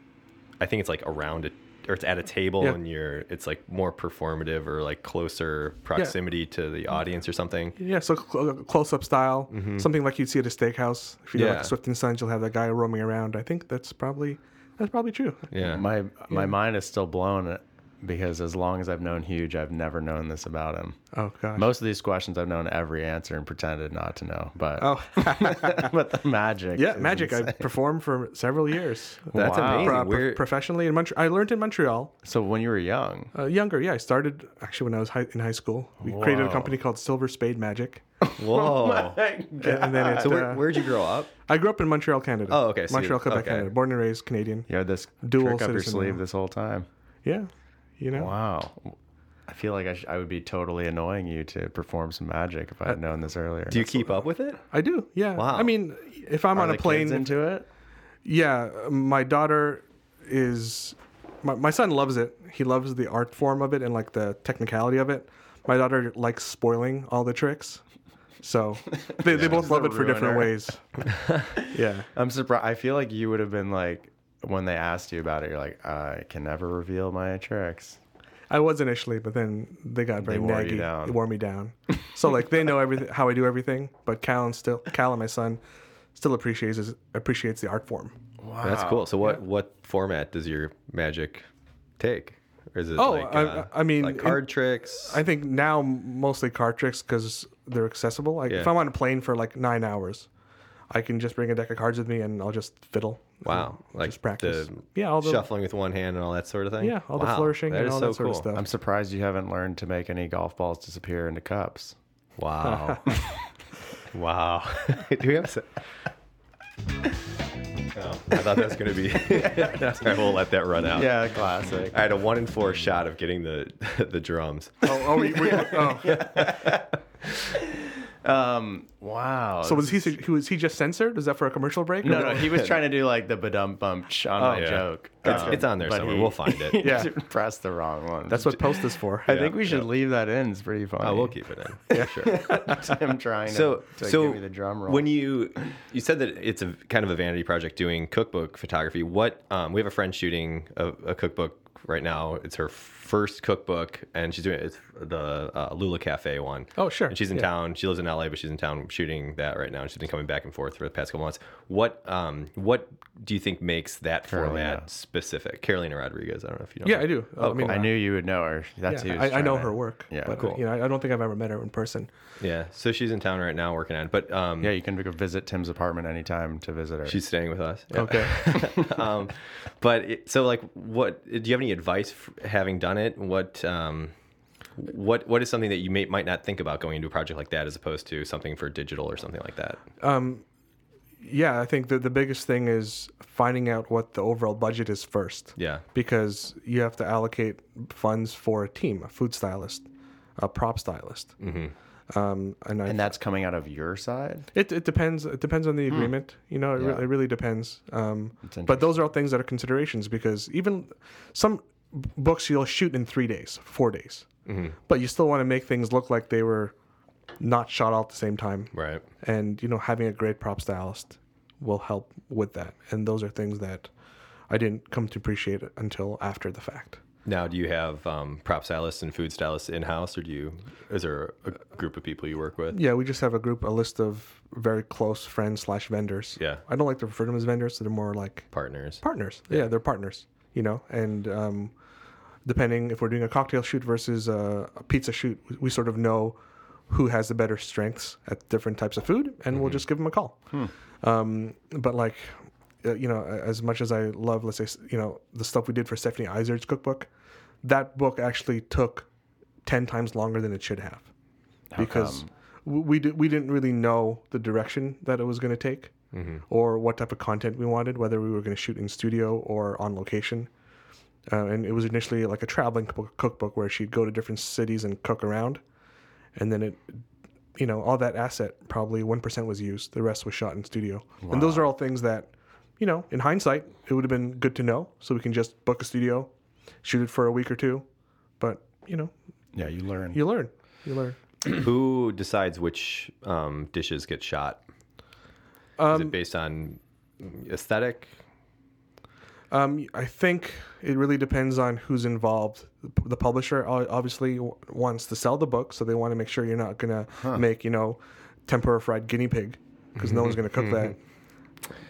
S1: I think it's like around it, or it's at a table
S3: Yeah.
S1: and you're, it's like more performative or like closer proximity to the audience or something.
S3: Yeah, so cl- uh, close-up style, something like you'd see at a steakhouse. If you go
S1: Mm-hmm. Yeah.
S3: like to Swift and Sons, you'll have that guy roaming around. I think that's probably that's probably true.
S1: Yeah.
S2: My my mind is still blown uh, because as long as I've known Huge, I've never known this about him.
S3: Oh gosh.
S2: Most of these questions I've known every answer and pretended not to know, but
S3: oh
S2: but the magic.
S3: yeah,
S2: is
S3: magic. I
S2: insane.
S3: performed for several years.
S1: That's
S2: Wow.
S1: amazing.
S3: Pro- pro-
S1: Where-
S3: professionally in Montreal. I learned in Montreal.
S2: So when you were young,
S3: Uh, younger, yeah. I started actually when I was high, in high school. We created a
S2: Wow.
S3: company called Silver Spade Magic, Oh
S1: whoa.
S3: and then it,
S1: so where,
S3: uh,
S1: where'd you grow up?
S3: I grew up in Montreal, Canada.
S1: Oh, okay, so you-
S3: Montreal, Quebec,
S1: okay.
S3: Canada. Born and raised Canadian.
S2: you had this
S3: Dual
S2: trick up your
S3: citizen
S2: sleeve
S3: now.
S2: this whole time.
S3: Yeah, you know.
S2: Wow. I feel like I, sh- I would be totally annoying you to perform some magic if I
S3: Uh,
S2: had known this earlier.
S1: Do you keep up with it?
S3: I do. Yeah.
S1: Wow.
S3: I mean, if I'm
S2: Are
S3: on a
S2: the kids
S3: plane,
S2: into it?
S3: yeah. My daughter is. My, my son loves it. He loves the art form of it and like the technicality of it. My daughter likes spoiling all the tricks, so they, they both
S2: She's a
S3: love it for different
S2: ruiner.
S3: ways. yeah.
S2: I'm surprised. I feel like you would have been like when they asked you about it, you're like, I can never reveal my tricks.
S3: I was initially, but then they got very
S2: They wore
S3: naggy.
S2: you down.
S3: They wore me down. so like they know everything, how I do everything, but Callan still, Callan, my son, still appreciates his- appreciates the art form.
S2: Wow.
S1: That's cool. So what what format does your magic take? Or is it
S3: Oh,
S1: like
S3: I-
S1: uh,
S3: I mean,
S1: like
S3: in-
S1: card tricks?
S3: I think now mostly card tricks because they're accessible. Like if
S1: Yeah.
S3: I'm on a plane for like nine hours, I can just bring a deck of cards with me and I'll just fiddle.
S1: wow, like
S3: just practice.
S1: the
S3: yeah, all the
S1: shuffling with one hand and all that sort of thing.
S3: yeah, all the
S1: Wow,
S3: flourishing
S1: that
S3: and
S1: is
S3: all
S1: so
S3: that sort
S1: cool.
S3: of stuff.
S2: I'm surprised you haven't learned to make any golf balls disappear into cups.
S1: Wow, wow. Do we have? se- Oh, I thought that was going to be. That's all right. We'll let that run out.
S2: Yeah, classic.
S1: I had a one in four shot of getting the the drums.
S3: Oh, oh, we, we, oh.
S2: Um, wow.
S3: so was he, he? Was he just censored? Is that for a commercial break?
S2: No, no, he was trying to do Oh, like the badum bump on my
S1: yeah.
S2: joke. Um,
S1: It's- it's on there
S2: but
S1: somewhere. We'll find it.
S2: he
S3: Um, Yeah.
S2: pressed the wrong one.
S3: That's what post is for.
S2: I think we should leave that in. It's pretty funny.
S1: I will keep it in. Yeah, sure.
S2: I'm trying
S1: so
S2: to, to
S1: so
S2: give me the drum roll.
S1: when you you said that it's a kind of a vanity project doing cookbook photography what um, we have a friend shooting a, a cookbook right now it's her first cookbook and she's doing it's the uh, lula cafe one.
S3: Oh, sure.
S1: and she's in
S3: Yeah.
S1: town she lives in la but she's in town shooting that right now and she's been coming back and forth for the past couple months what um what do you think makes that
S2: Carolina.
S1: format specific carolina rodriguez i don't know if you know
S3: Yeah,
S1: her.
S3: I do.
S1: oh,
S3: I mean,
S1: cool.
S2: I knew you would know her. That's
S3: Yeah,
S2: who
S3: I, I know her work.
S2: Yeah,
S3: but,
S2: cool.
S3: You know, I, I don't think I've ever met her in person.
S1: yeah so she's in town right now working on it but um
S2: Yeah, you can go visit Tim's apartment anytime to visit her.
S1: she's staying with us Yeah.
S3: Okay.
S1: um, but it, so like what do you have any advice for having done it what um, what what is something that you may, might not think about going into a project like that as opposed to something for digital or something like that
S3: yeah, I think the the biggest thing is finding out what the overall budget is first.
S1: yeah
S3: Because you have to allocate funds for a team, a food stylist, a prop stylist. Mm-hmm. Um, and I,
S2: and that's coming out of your side.
S3: it, it depends. It depends on the agreement. You know, it, re-
S2: Yeah.
S3: it really depends. Um, but those are all things that are considerations because even some b- books you'll shoot in three days, four days, but you still want to make things look like they were not shot all at the same time
S1: right
S3: and you know having a great prop stylist will help with that and those are things that i didn't come to appreciate until after the fact
S1: now do you have um, prop stylists and food stylists in house or do you is there a group of people you work with
S3: yeah we just have a group a list of very close friends slash vendors
S1: Yeah.
S3: i don't like to refer to them as vendors so they're more like
S1: partners
S3: partners yeah, they're partners you know and um, depending if we're doing a cocktail shoot versus a, a pizza shoot we, we sort of know who has the better Mm-hmm. Hmm. strengths at different types of food and we'll just give them a call um, but like uh, you know, a- as much as I love, let's say, s- you know, the stuff we did for Stephanie Izard's cookbook, that book actually took ten times longer than it should have, because
S2: come?
S3: w we did, we didn't really know the direction that it was going to take, or what type of content we wanted, whether we were going to shoot in studio or on location. Uh, and it was initially like a traveling cookbook- cookbook where she'd go to different cities and cook around, and then it you know, all that asset probably one percent was used. The rest was shot in studio, and those are all things that, you know, in hindsight, it would have been good to know, so we can just book a studio, shoot it for a week or two, but you know,
S2: Yeah, you learn.
S3: you learn, you learn.
S1: Who decides which um, dishes get shot? Is it based on aesthetic?
S3: Um, I think it really depends on who's involved. The publisher o- obviously w- wants to sell the book, so they want to make sure you're not gonna make you know tempura fried guinea pig because no one's gonna cook that.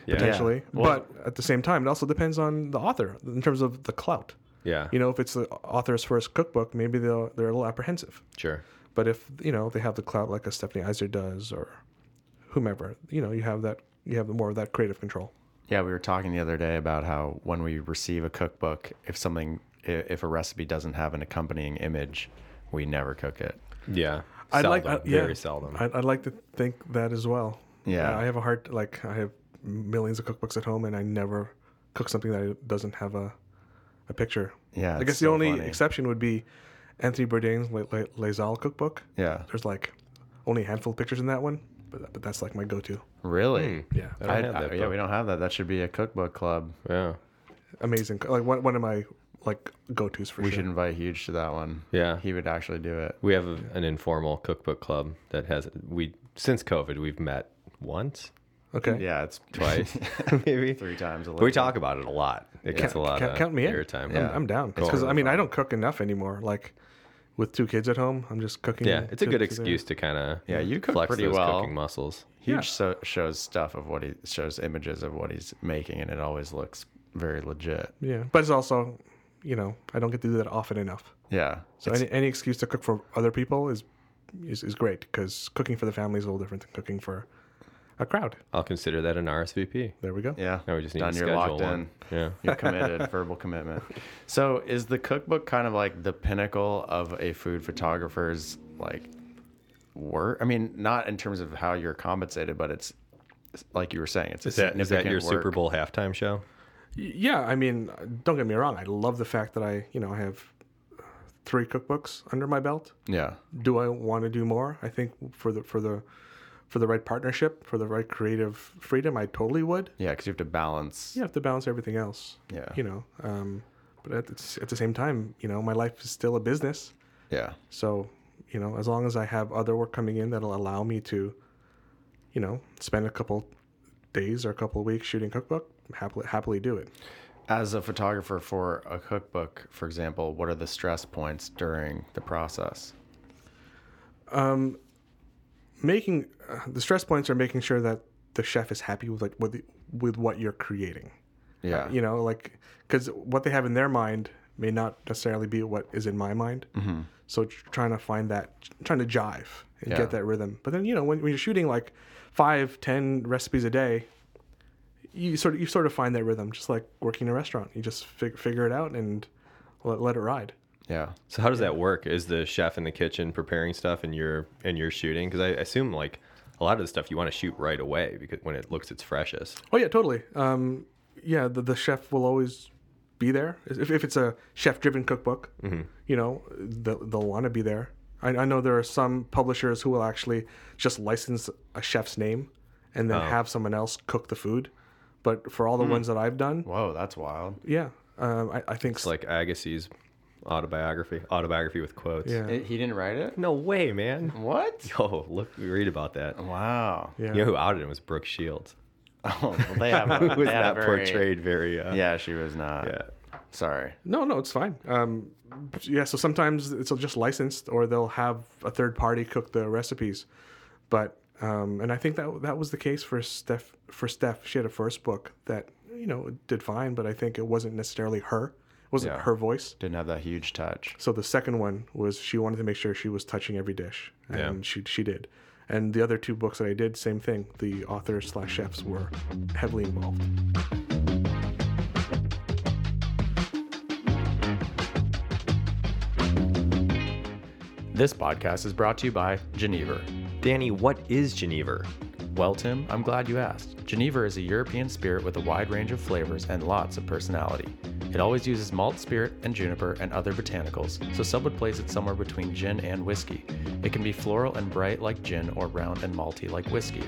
S1: Yeah.
S3: Potentially,
S2: Well-
S3: but at the same time, it also depends on the author in terms of the clout.
S1: Yeah.
S3: you know, if it's the author's first cookbook, maybe they'll they're a little apprehensive.
S1: sure.
S3: But if you know they have the clout like a Stephanie Eiser does or whomever, you know, you have that you have more of that creative control.
S2: Yeah, we were talking the other day about how when we receive a cookbook, if something, i- if a recipe doesn't have an accompanying image, we never cook it.
S1: Yeah.
S3: I'd like
S1: Seldom,
S3: I- yeah,
S1: very seldom.
S3: I'd, I'd like to think that as well.
S2: Yeah.
S3: I have a heart like I have millions of cookbooks at home, and I never cook something that doesn't have a a picture.
S2: Yeah,
S3: I
S2: it's
S3: guess the
S2: so
S3: only
S2: funny.
S3: exception would be Anthony Bourdain's Le- Le- Les Halles cookbook.
S2: Yeah.
S3: There's like only a handful of pictures in that one, but but that's like my go-to. Uh,
S2: Really?
S3: Yeah,
S1: Hmm. I don't
S2: I-
S1: have
S2: I-
S1: that
S2: yeah,
S1: book.
S2: we don't have that. That should be a cookbook club.
S1: Yeah.
S3: amazing. Like one, one of my like go-tos for
S2: We
S3: sure.
S2: should invite Huge to that one.
S1: Yeah.
S2: He would actually do it.
S1: We have a, an informal cookbook club that has we since COVID we've met once,
S3: Okay.
S2: Yeah, it's
S1: twice, maybe
S2: three times a
S1: We talk about it a lot. It gets a lot
S3: Count,
S1: of
S3: count me in.
S1: airtime.
S3: I'm, I'm down. Because I mean, I don't cook enough anymore. Like with two kids at home, I'm just cooking.
S1: Yeah, it's a
S3: to-
S1: good
S3: to
S1: excuse to kind of
S2: Yeah, you cook
S1: flex
S2: pretty
S1: those
S2: well.
S1: cooking muscles.
S2: Huge
S3: Yeah.
S2: so, shows stuff of what he shows images of what he's making, and it always looks very legit.
S3: their- Yeah, but it's also, you know, I don't get to do that often enough.
S2: Yeah.
S3: So any, any excuse to cook for other people is is, is great because cooking for the family is a little different than cooking for a crowd.
S1: I'll consider that an RSVP.
S3: There we go.
S2: yeah.
S1: Now we just need
S2: Done,
S1: to
S2: you're
S1: schedule
S2: locked
S1: one.
S2: in.
S1: Yeah.
S2: You're committed, verbal commitment. So is the cookbook kind of like the pinnacle of a food photographer's like work? I mean, not in terms of how you're compensated, but it's it's like you were saying, it's a
S1: Is that,
S2: significant
S1: is that your
S2: work.
S1: Super Bowl halftime show?
S3: Y- Yeah, I mean, don't get me wrong. I love the fact that I, you know, I have three cookbooks under my belt.
S2: Yeah.
S3: do I want to do more? I think for the for the for the right partnership, for the right creative freedom, I totally would.
S2: Yeah, because you have to balance.
S3: You have to balance everything else.
S2: Yeah.
S3: You know, um, but at the, at the same time, you know, my life is still a business.
S2: Yeah.
S3: So, you know, as long as I have other work coming in that'll allow me to, you know, spend a couple days or a couple of weeks shooting cookbook, happily happily do it.
S2: As a photographer for a cookbook, for example, what are the stress points during the process?
S3: Um, Making uh, the stress points are making sure that the chef is happy with like with the, with what you're creating.
S2: Yeah.
S3: you know like because what they have in their mind may not necessarily be what is in my mind
S2: Mm-hmm.
S3: so tr- trying to find that trying to jive and
S2: Yeah.
S3: get that rhythm but then you know when, when you're shooting like five ten recipes a day you sort of you sort of find that rhythm just like working in a restaurant you just fig- figure it out and let, let it ride
S2: yeah.
S1: So how does that work? Is the chef in the kitchen preparing stuff and you're and you're shooting? Because I assume like a lot of the stuff you want to shoot right away because when it looks its freshest.
S3: Oh yeah, totally. Um, yeah, the, the chef will always be there. If, if it's a chef-driven cookbook,
S1: Mm-hmm.
S3: you know, they'll, they'll want to be there. I, I know there are some publishers who will actually just license a chef's name and
S1: Oh.
S3: then have someone else cook the food. But for
S1: Mm.
S3: all the ones that I've done,
S2: Whoa, that's wild.
S3: yeah, um, I, I think
S1: It's like Agassiz's autobiography, autobiography with quotes.
S3: yeah,
S2: he didn't write it?
S1: No way, man.
S2: What?
S1: Yo, look, read about that.
S2: Wow.
S3: yeah.
S1: You know who outed him was Brooke Shields.
S2: Oh, well, they have
S1: Who was
S2: they had a
S1: not
S2: very-
S1: portrayed very. Uh,
S2: Yeah, she was not.
S1: yeah.
S2: Sorry.
S3: No, no, it's fine. Um, yeah, so sometimes it's just licensed, or they'll have a third party cook the recipes. But um, and I think that that was the case for Steph. For Steph, she had a first book that you know did fine, but I think it wasn't necessarily her. It wasn't
S2: Yeah.
S3: her voice.
S2: Didn't have that huge touch.
S3: So the second one was she wanted to make sure she was touching every dish, and
S1: Yeah.
S3: she she did. And the other two books that I did, same thing. The authors slash chefs were heavily involved.
S2: This podcast is brought to you by Geneva.
S1: Danny, what is Geneva?
S2: Well, Tim, I'm glad you asked. Geneva is a European spirit with a wide range of flavors and lots of personality. It always uses malt spirit and juniper and other botanicals, so some would place it somewhere between gin and whiskey. It can be floral and bright like gin or round and malty like whiskey.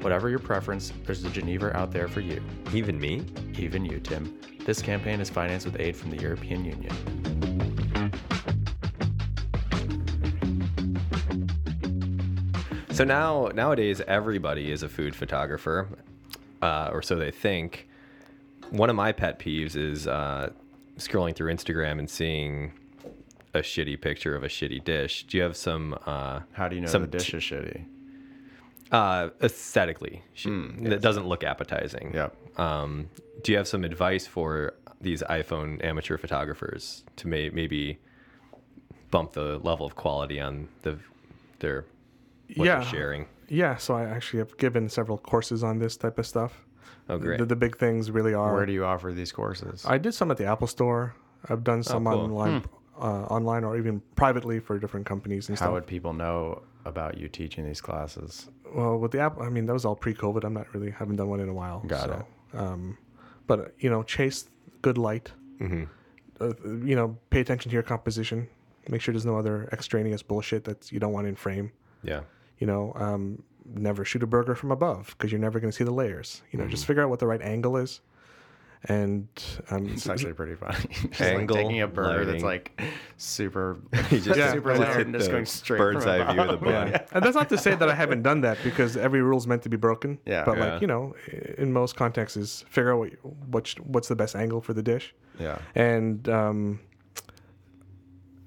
S2: Whatever your preference, there's a Geneva out there for you,
S1: Even me?
S2: even you, Tim. This campaign is financed with aid from the European Union.
S1: So now nowadays everybody is a food photographer, uh, or so they think. One of my pet peeves is uh, scrolling through Instagram and seeing a shitty picture of a shitty dish. Do you have some? Uh,
S2: How do you know
S1: some
S2: the
S1: t-
S2: dish is shitty?
S1: uh, aesthetically, sh-
S3: Hmm,
S1: that doesn't look appetizing.
S2: Yep.
S1: Um, do you have some advice for these iPhone amateur photographers to may- maybe bump the level of quality on the their what
S3: yeah.
S1: they're sharing?
S3: Yeah. So I actually have given several courses on this type of stuff.
S1: Oh, great.
S3: The, the big things really are.
S2: Where do you Oh, offer these courses?
S3: I did some at the Apple Store. I've done some
S1: cool.
S3: online, uh, online or even privately for different companies and
S2: Hmm. How
S3: stuff.
S2: would people know about you teaching these classes?
S3: well, with the app, I mean that was all pre-COVID. I'm not really haven't done one in a while.
S2: Got
S3: so, Um, but you know, chase good light.
S2: Mm-hmm.
S3: Uh, you know, pay attention to your composition. Make sure there's no other extraneous bullshit that you don't want in frame.
S1: yeah.
S3: You know, um, never shoot a burger from above because you're never going to see the layers. You know,
S2: Mm-hmm.
S3: just figure out what the right angle is. And um,
S2: It's actually pretty funny. just
S1: Angle,
S2: like taking a bird that's
S1: lighting.
S2: like super,
S1: just-
S3: Yeah.
S2: super
S3: just
S2: loud
S1: hit
S2: and just
S1: the
S2: going straight
S1: bird's
S2: from
S1: eye view of the
S2: above.
S1: bun.
S2: Yeah.
S3: and that's not to say that I haven't done that because every rule's meant to be broken.
S2: Yeah.
S3: But
S1: Yeah.
S3: like you know, in most contexts, is figure out what, what what's the best angle for the dish.
S2: Yeah.
S3: And um,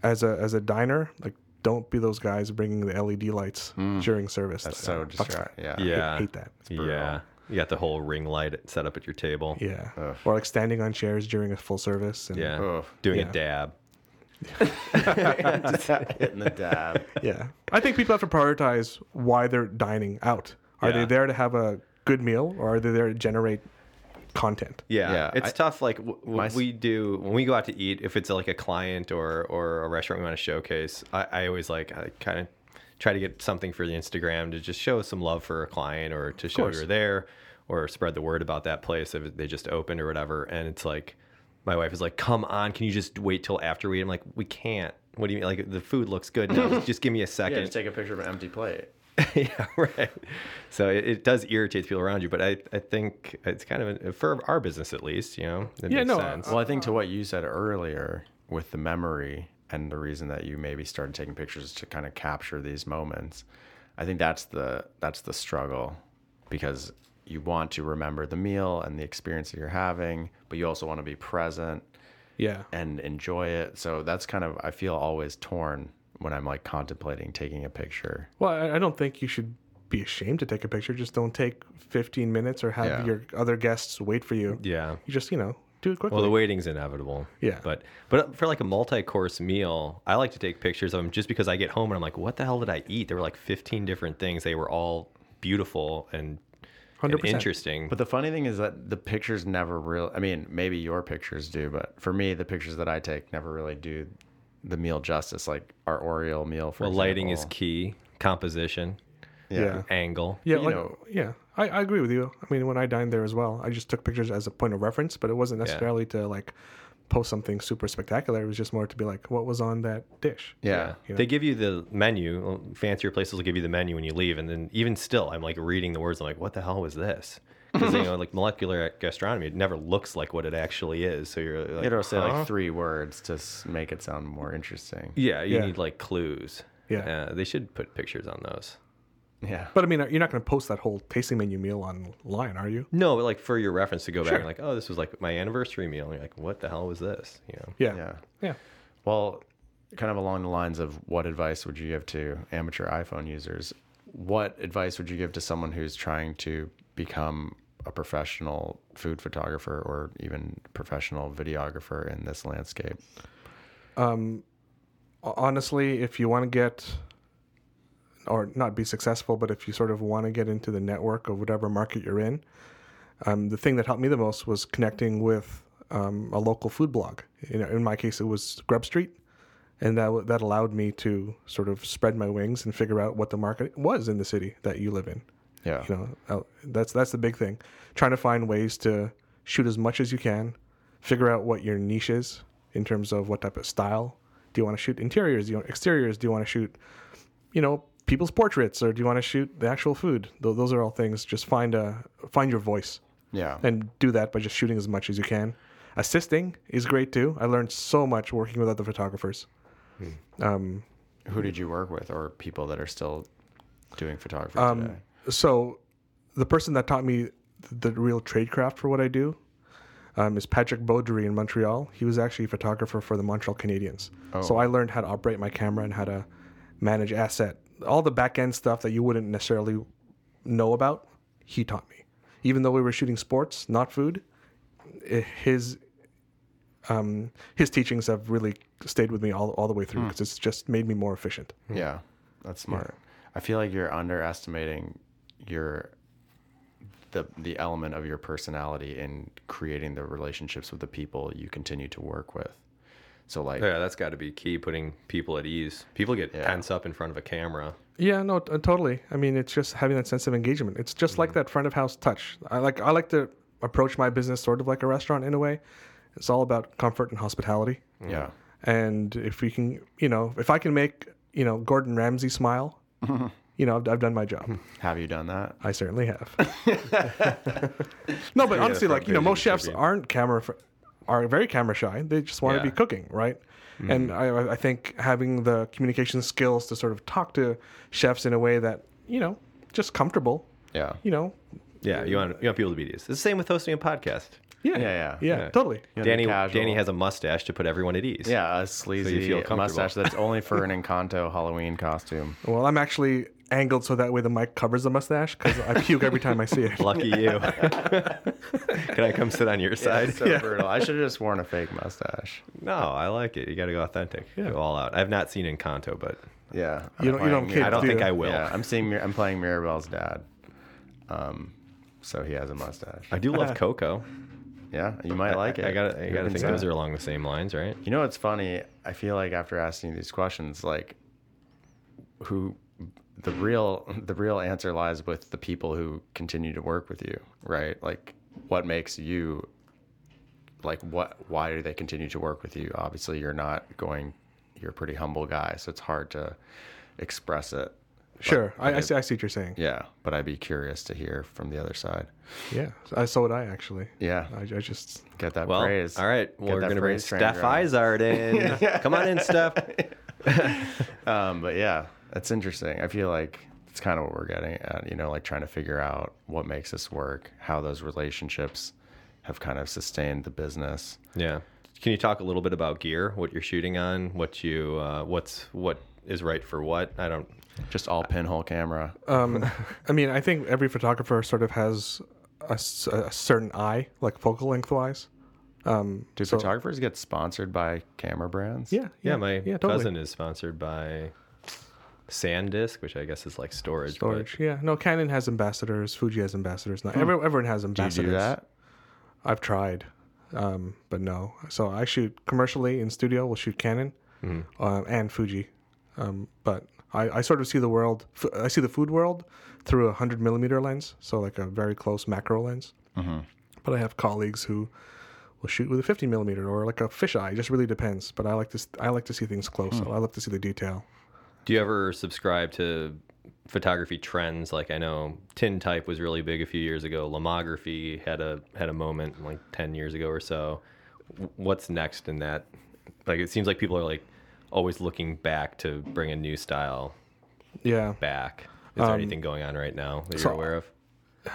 S3: as a as a diner, like don't be those guys bringing the LED lights
S1: Hmm.
S3: during service.
S2: That's
S3: Like,
S2: so
S3: fuck that.
S2: distracting. Yeah.
S1: Yeah.
S3: I hate that.
S1: Yeah. You got the whole ring light set up at your table. Yeah.
S3: Yeah.
S2: Ugh.
S3: Or like standing on chairs during a full service. And
S2: Oof.
S1: Doing
S3: Yeah.
S1: a dab.
S2: Hitting the dab.
S3: Yeah. I think people have to prioritize why they're dining out. Are
S1: Yeah.
S3: they there to have a good meal or are they there to generate content?
S1: Yeah.
S2: Yeah,
S1: It's
S2: I-
S1: tough. Like w- w-
S2: my s-
S1: we do when we go out to eat, if it's like a client or, or a restaurant we want to showcase, I, I always like, I kind of try to get something for the Instagram to just show some love for a client or to show
S3: course.
S1: you're there or spread the word about that place if they just opened or whatever. And it's like, my wife is like, come on, can you just wait till after we eat? I'm like, we can't. What do you mean? Like the food looks good. now. just give me a second.
S2: Yeah, just take a picture of an empty plate.
S1: yeah, right. So it, it does irritate the people around you, but I, I think it's kind of for our business at least, you know. It
S3: Yeah,
S1: makes
S3: no,
S1: sense.
S2: Well, I think to what you said earlier with the memory and the reason that you maybe started taking pictures to kind of capture these moments, I think that's the that's the struggle because you want to remember the meal and the experience that you're having, but you also want to be present
S3: Yeah.
S2: and enjoy it. So that's kind of I feel always torn when I'm like contemplating taking a picture.
S3: Well, I, I don't think you should be ashamed to take a picture. Just don't take 15 minutes or have
S2: Yeah.
S3: your other guests wait for you.
S1: yeah.
S3: You just, you know, do it quickly.
S1: Well, the waiting's inevitable.
S3: Yeah.
S1: But but for like a multi-course meal, I like to take pictures of them just because I get home and I'm like, what the hell did I eat? There were like 15 different things. They were all beautiful and, and
S3: 100%.
S1: interesting.
S2: But the funny thing is that the pictures never real. I mean, maybe your pictures do, but for me, the pictures that I take never really do the meal justice. Like our Oreo meal, for
S1: well, lighting is
S2: example.
S1: key, composition,
S3: Yeah.
S1: angle.
S3: Yeah,
S2: you
S3: like,
S2: know-
S3: yeah, I, I agree with you. I mean, when I dined there as well, I just took pictures as a point of reference, but it wasn't necessarily to like post something super spectacular. It was just more to be like, what was on that dish?
S2: Yeah.
S3: Yeah.
S1: They give you the menu. well, Fancier places will give you the menu when you leave, and then even still, I'm like reading the words. I'm like, what the hell was this? Because you know, like molecular gastronomy, it never looks like what it actually is. So you're like,
S2: It'll say
S3: Huh?
S2: like three words to s- make it sound more interesting.
S1: yeah, you
S3: Yeah.
S1: need like clues.
S3: Yeah.
S1: uh, they should put pictures on those.
S2: Yeah.
S3: But I mean, you're not going to post that whole tasting menu meal online, are you?
S1: No, but, like for your reference to go back
S3: Sure.
S1: and like, oh, this was like my anniversary meal. And you're like, what the hell was this? You know.
S3: Yeah.
S2: Yeah.
S3: Yeah.
S2: Well, kind of along the lines of what advice would you give to amateur iPhone users? What advice would you give to someone who's trying to become a professional food photographer or even professional videographer in this landscape?
S3: Ho- Honestly, if you want to get or not be successful, but if you sort of want to get into the network of whatever market you're in, um, the thing that helped me the most was connecting with um, a local food blog. You know, in my case, it was Grub Street. and that wa- that allowed me to sort of spread my wings and figure out what the market was in the city that you live in.
S2: Yeah.
S3: You know, I'll- that's that's the big thing. Trying to find ways to shoot as much as you can, figure out what your niche is in terms of what type of style. Do you want to shoot interiors? Do you want exteriors? Do you want to shoot, you know, people's portraits, or do you want to shoot the actual food? Tho- Those are all things. Just find a find your voice
S2: Yeah.
S3: and do that by just shooting as much as you can. Assisting is great too. I learned so much working with other photographers. Um,
S2: Who did you work with or people that are still doing photography
S3: Um,
S2: today?
S3: so, the person that taught me th- the real tradecraft for what I do um, is Patrick Beaudry in Montreal. He was actually a photographer for the Montreal Canadiens. So I learned how to operate my camera and how to manage asset, all the back end stuff that you wouldn't necessarily know about. He taught me, even though we were shooting sports, not food. i- His um, his teachings have really stayed with me all, all the way through because it's just made me more efficient.
S2: hmm. Yeah. That's smart. I feel like you're underestimating your the the element of your personality in creating the relationships with the people you continue to work with. So like
S1: Yeah, that's got to be key. Putting people at ease. People get tense up in front of a camera.
S3: Yeah, no, t- uh, totally. I mean, it's just having that sense of engagement. It's just like that front of house touch. I like I like to approach my business sort of like a restaurant in a way. It's all about comfort and hospitality.
S2: yeah.
S3: And if we can, you know, if I can make, you know, Gordon Ramsay smile, you know, I've, I've done my job.
S2: Have you done that?
S3: I certainly have. no, but honestly, like you know,
S1: vision
S3: most
S1: should
S3: chefs
S1: be-
S3: aren't camera fr- are very camera shy. They just want
S1: Yeah.
S3: to be cooking, right?
S2: Mm-hmm.
S3: And I- I, I think having the communication skills to sort of talk to chefs in a way that you know, just comfortable.
S2: Yeah.
S3: You know,
S1: Yeah, you want you want people to be at ease. It's the same with hosting a podcast.
S3: yeah,
S2: Yeah, yeah.
S3: yeah,
S1: Yeah.
S3: totally.
S2: Yeah, the
S1: Danny
S2: casual-
S1: Danny has a mustache to put everyone at ease.
S2: Yeah, a sleazy
S1: feel comfortable.
S2: mustache that's only for an Encanto Halloween costume.
S3: Well, I'm actually angled so that way the mic covers the mustache because I puke every time I see it.
S1: Lucky you. Can I come sit on your side?
S2: It's so brutal. I should have just worn a fake mustache.
S1: No, I like it. You got to go authentic. Go all out. I've not seen Encanto, but
S2: Yeah.
S3: You don't- you don't
S2: care.
S1: I don't
S3: Dude.
S1: think I will.
S2: Yeah, I'm seeing. Mir- I'm playing Mirabelle's dad. Um, so he has a mustache.
S1: I do love Coco.
S2: Yeah, you might like it.
S1: I got I
S2: Who
S1: got to
S2: can
S1: think
S2: say?
S1: those are along the same lines, right?
S2: You know, it's funny. I feel like after asking you these questions, like, who the real the real answer lies with the people who continue to work with you, right? Like, what makes you like what why do they continue to work with you obviously you're not going you're a pretty humble guy so it's hard to express it
S3: Sure, I, I see. I see what you're saying.
S2: yeah but i'd be curious to hear from the other side
S3: Yeah, so, uh, so would I actually.
S2: yeah
S3: I, I just
S2: get that
S1: Well,
S2: praise
S1: all right. Well,
S2: Get
S1: we're
S2: that
S1: going to bring
S2: phrase train
S1: Steph
S2: going.
S1: Izard in. Come on in, Steph.
S2: Um, but yeah, that's interesting. I feel like it's kind of what we're getting at, you know, like trying to figure out what makes this work, how those relationships have kind of sustained the business.
S1: Yeah. Can you talk a little bit about gear? What you're shooting on? What you? Uh, what's what is right for what? I don't.
S2: Just all pinhole camera.
S3: Um, I mean, I think every photographer sort of has a, s- a certain eye, like focal length wise. Um,
S2: Do
S3: so-
S2: photographers get sponsored by camera brands?
S3: Yeah,
S1: Yeah, my
S3: yeah, totally.
S1: cousin is sponsored by SanDisk, which I guess is like storage. but-
S3: storage. Yeah, no, Canon has ambassadors. Fuji has ambassadors.
S1: Hmm.
S3: Not every- everyone has
S2: Do you
S3: ambassadors.
S2: do that?
S3: I've tried, um, but no. So I shoot commercially in studio. We'll shoot Canon um, and Fuji, um, but I, I sort of see the world. f- I see the food world through a hundred millimeter lens, so like a very close macro lens. But I have colleagues who will shoot with a fifty millimeter or like a fisheye. It just really depends. But I like to s- I like to see things close. I love to see the detail.
S1: Do you ever subscribe to photography trends? Like I know tin type was really big a few years ago. Lomography had a had a moment like ten years ago or so. W- What's next in that? Like it seems like people are like always looking back to bring a new style
S3: Yeah,
S1: back. Is there anything going on right now that you're
S3: Um, so-
S1: aware of?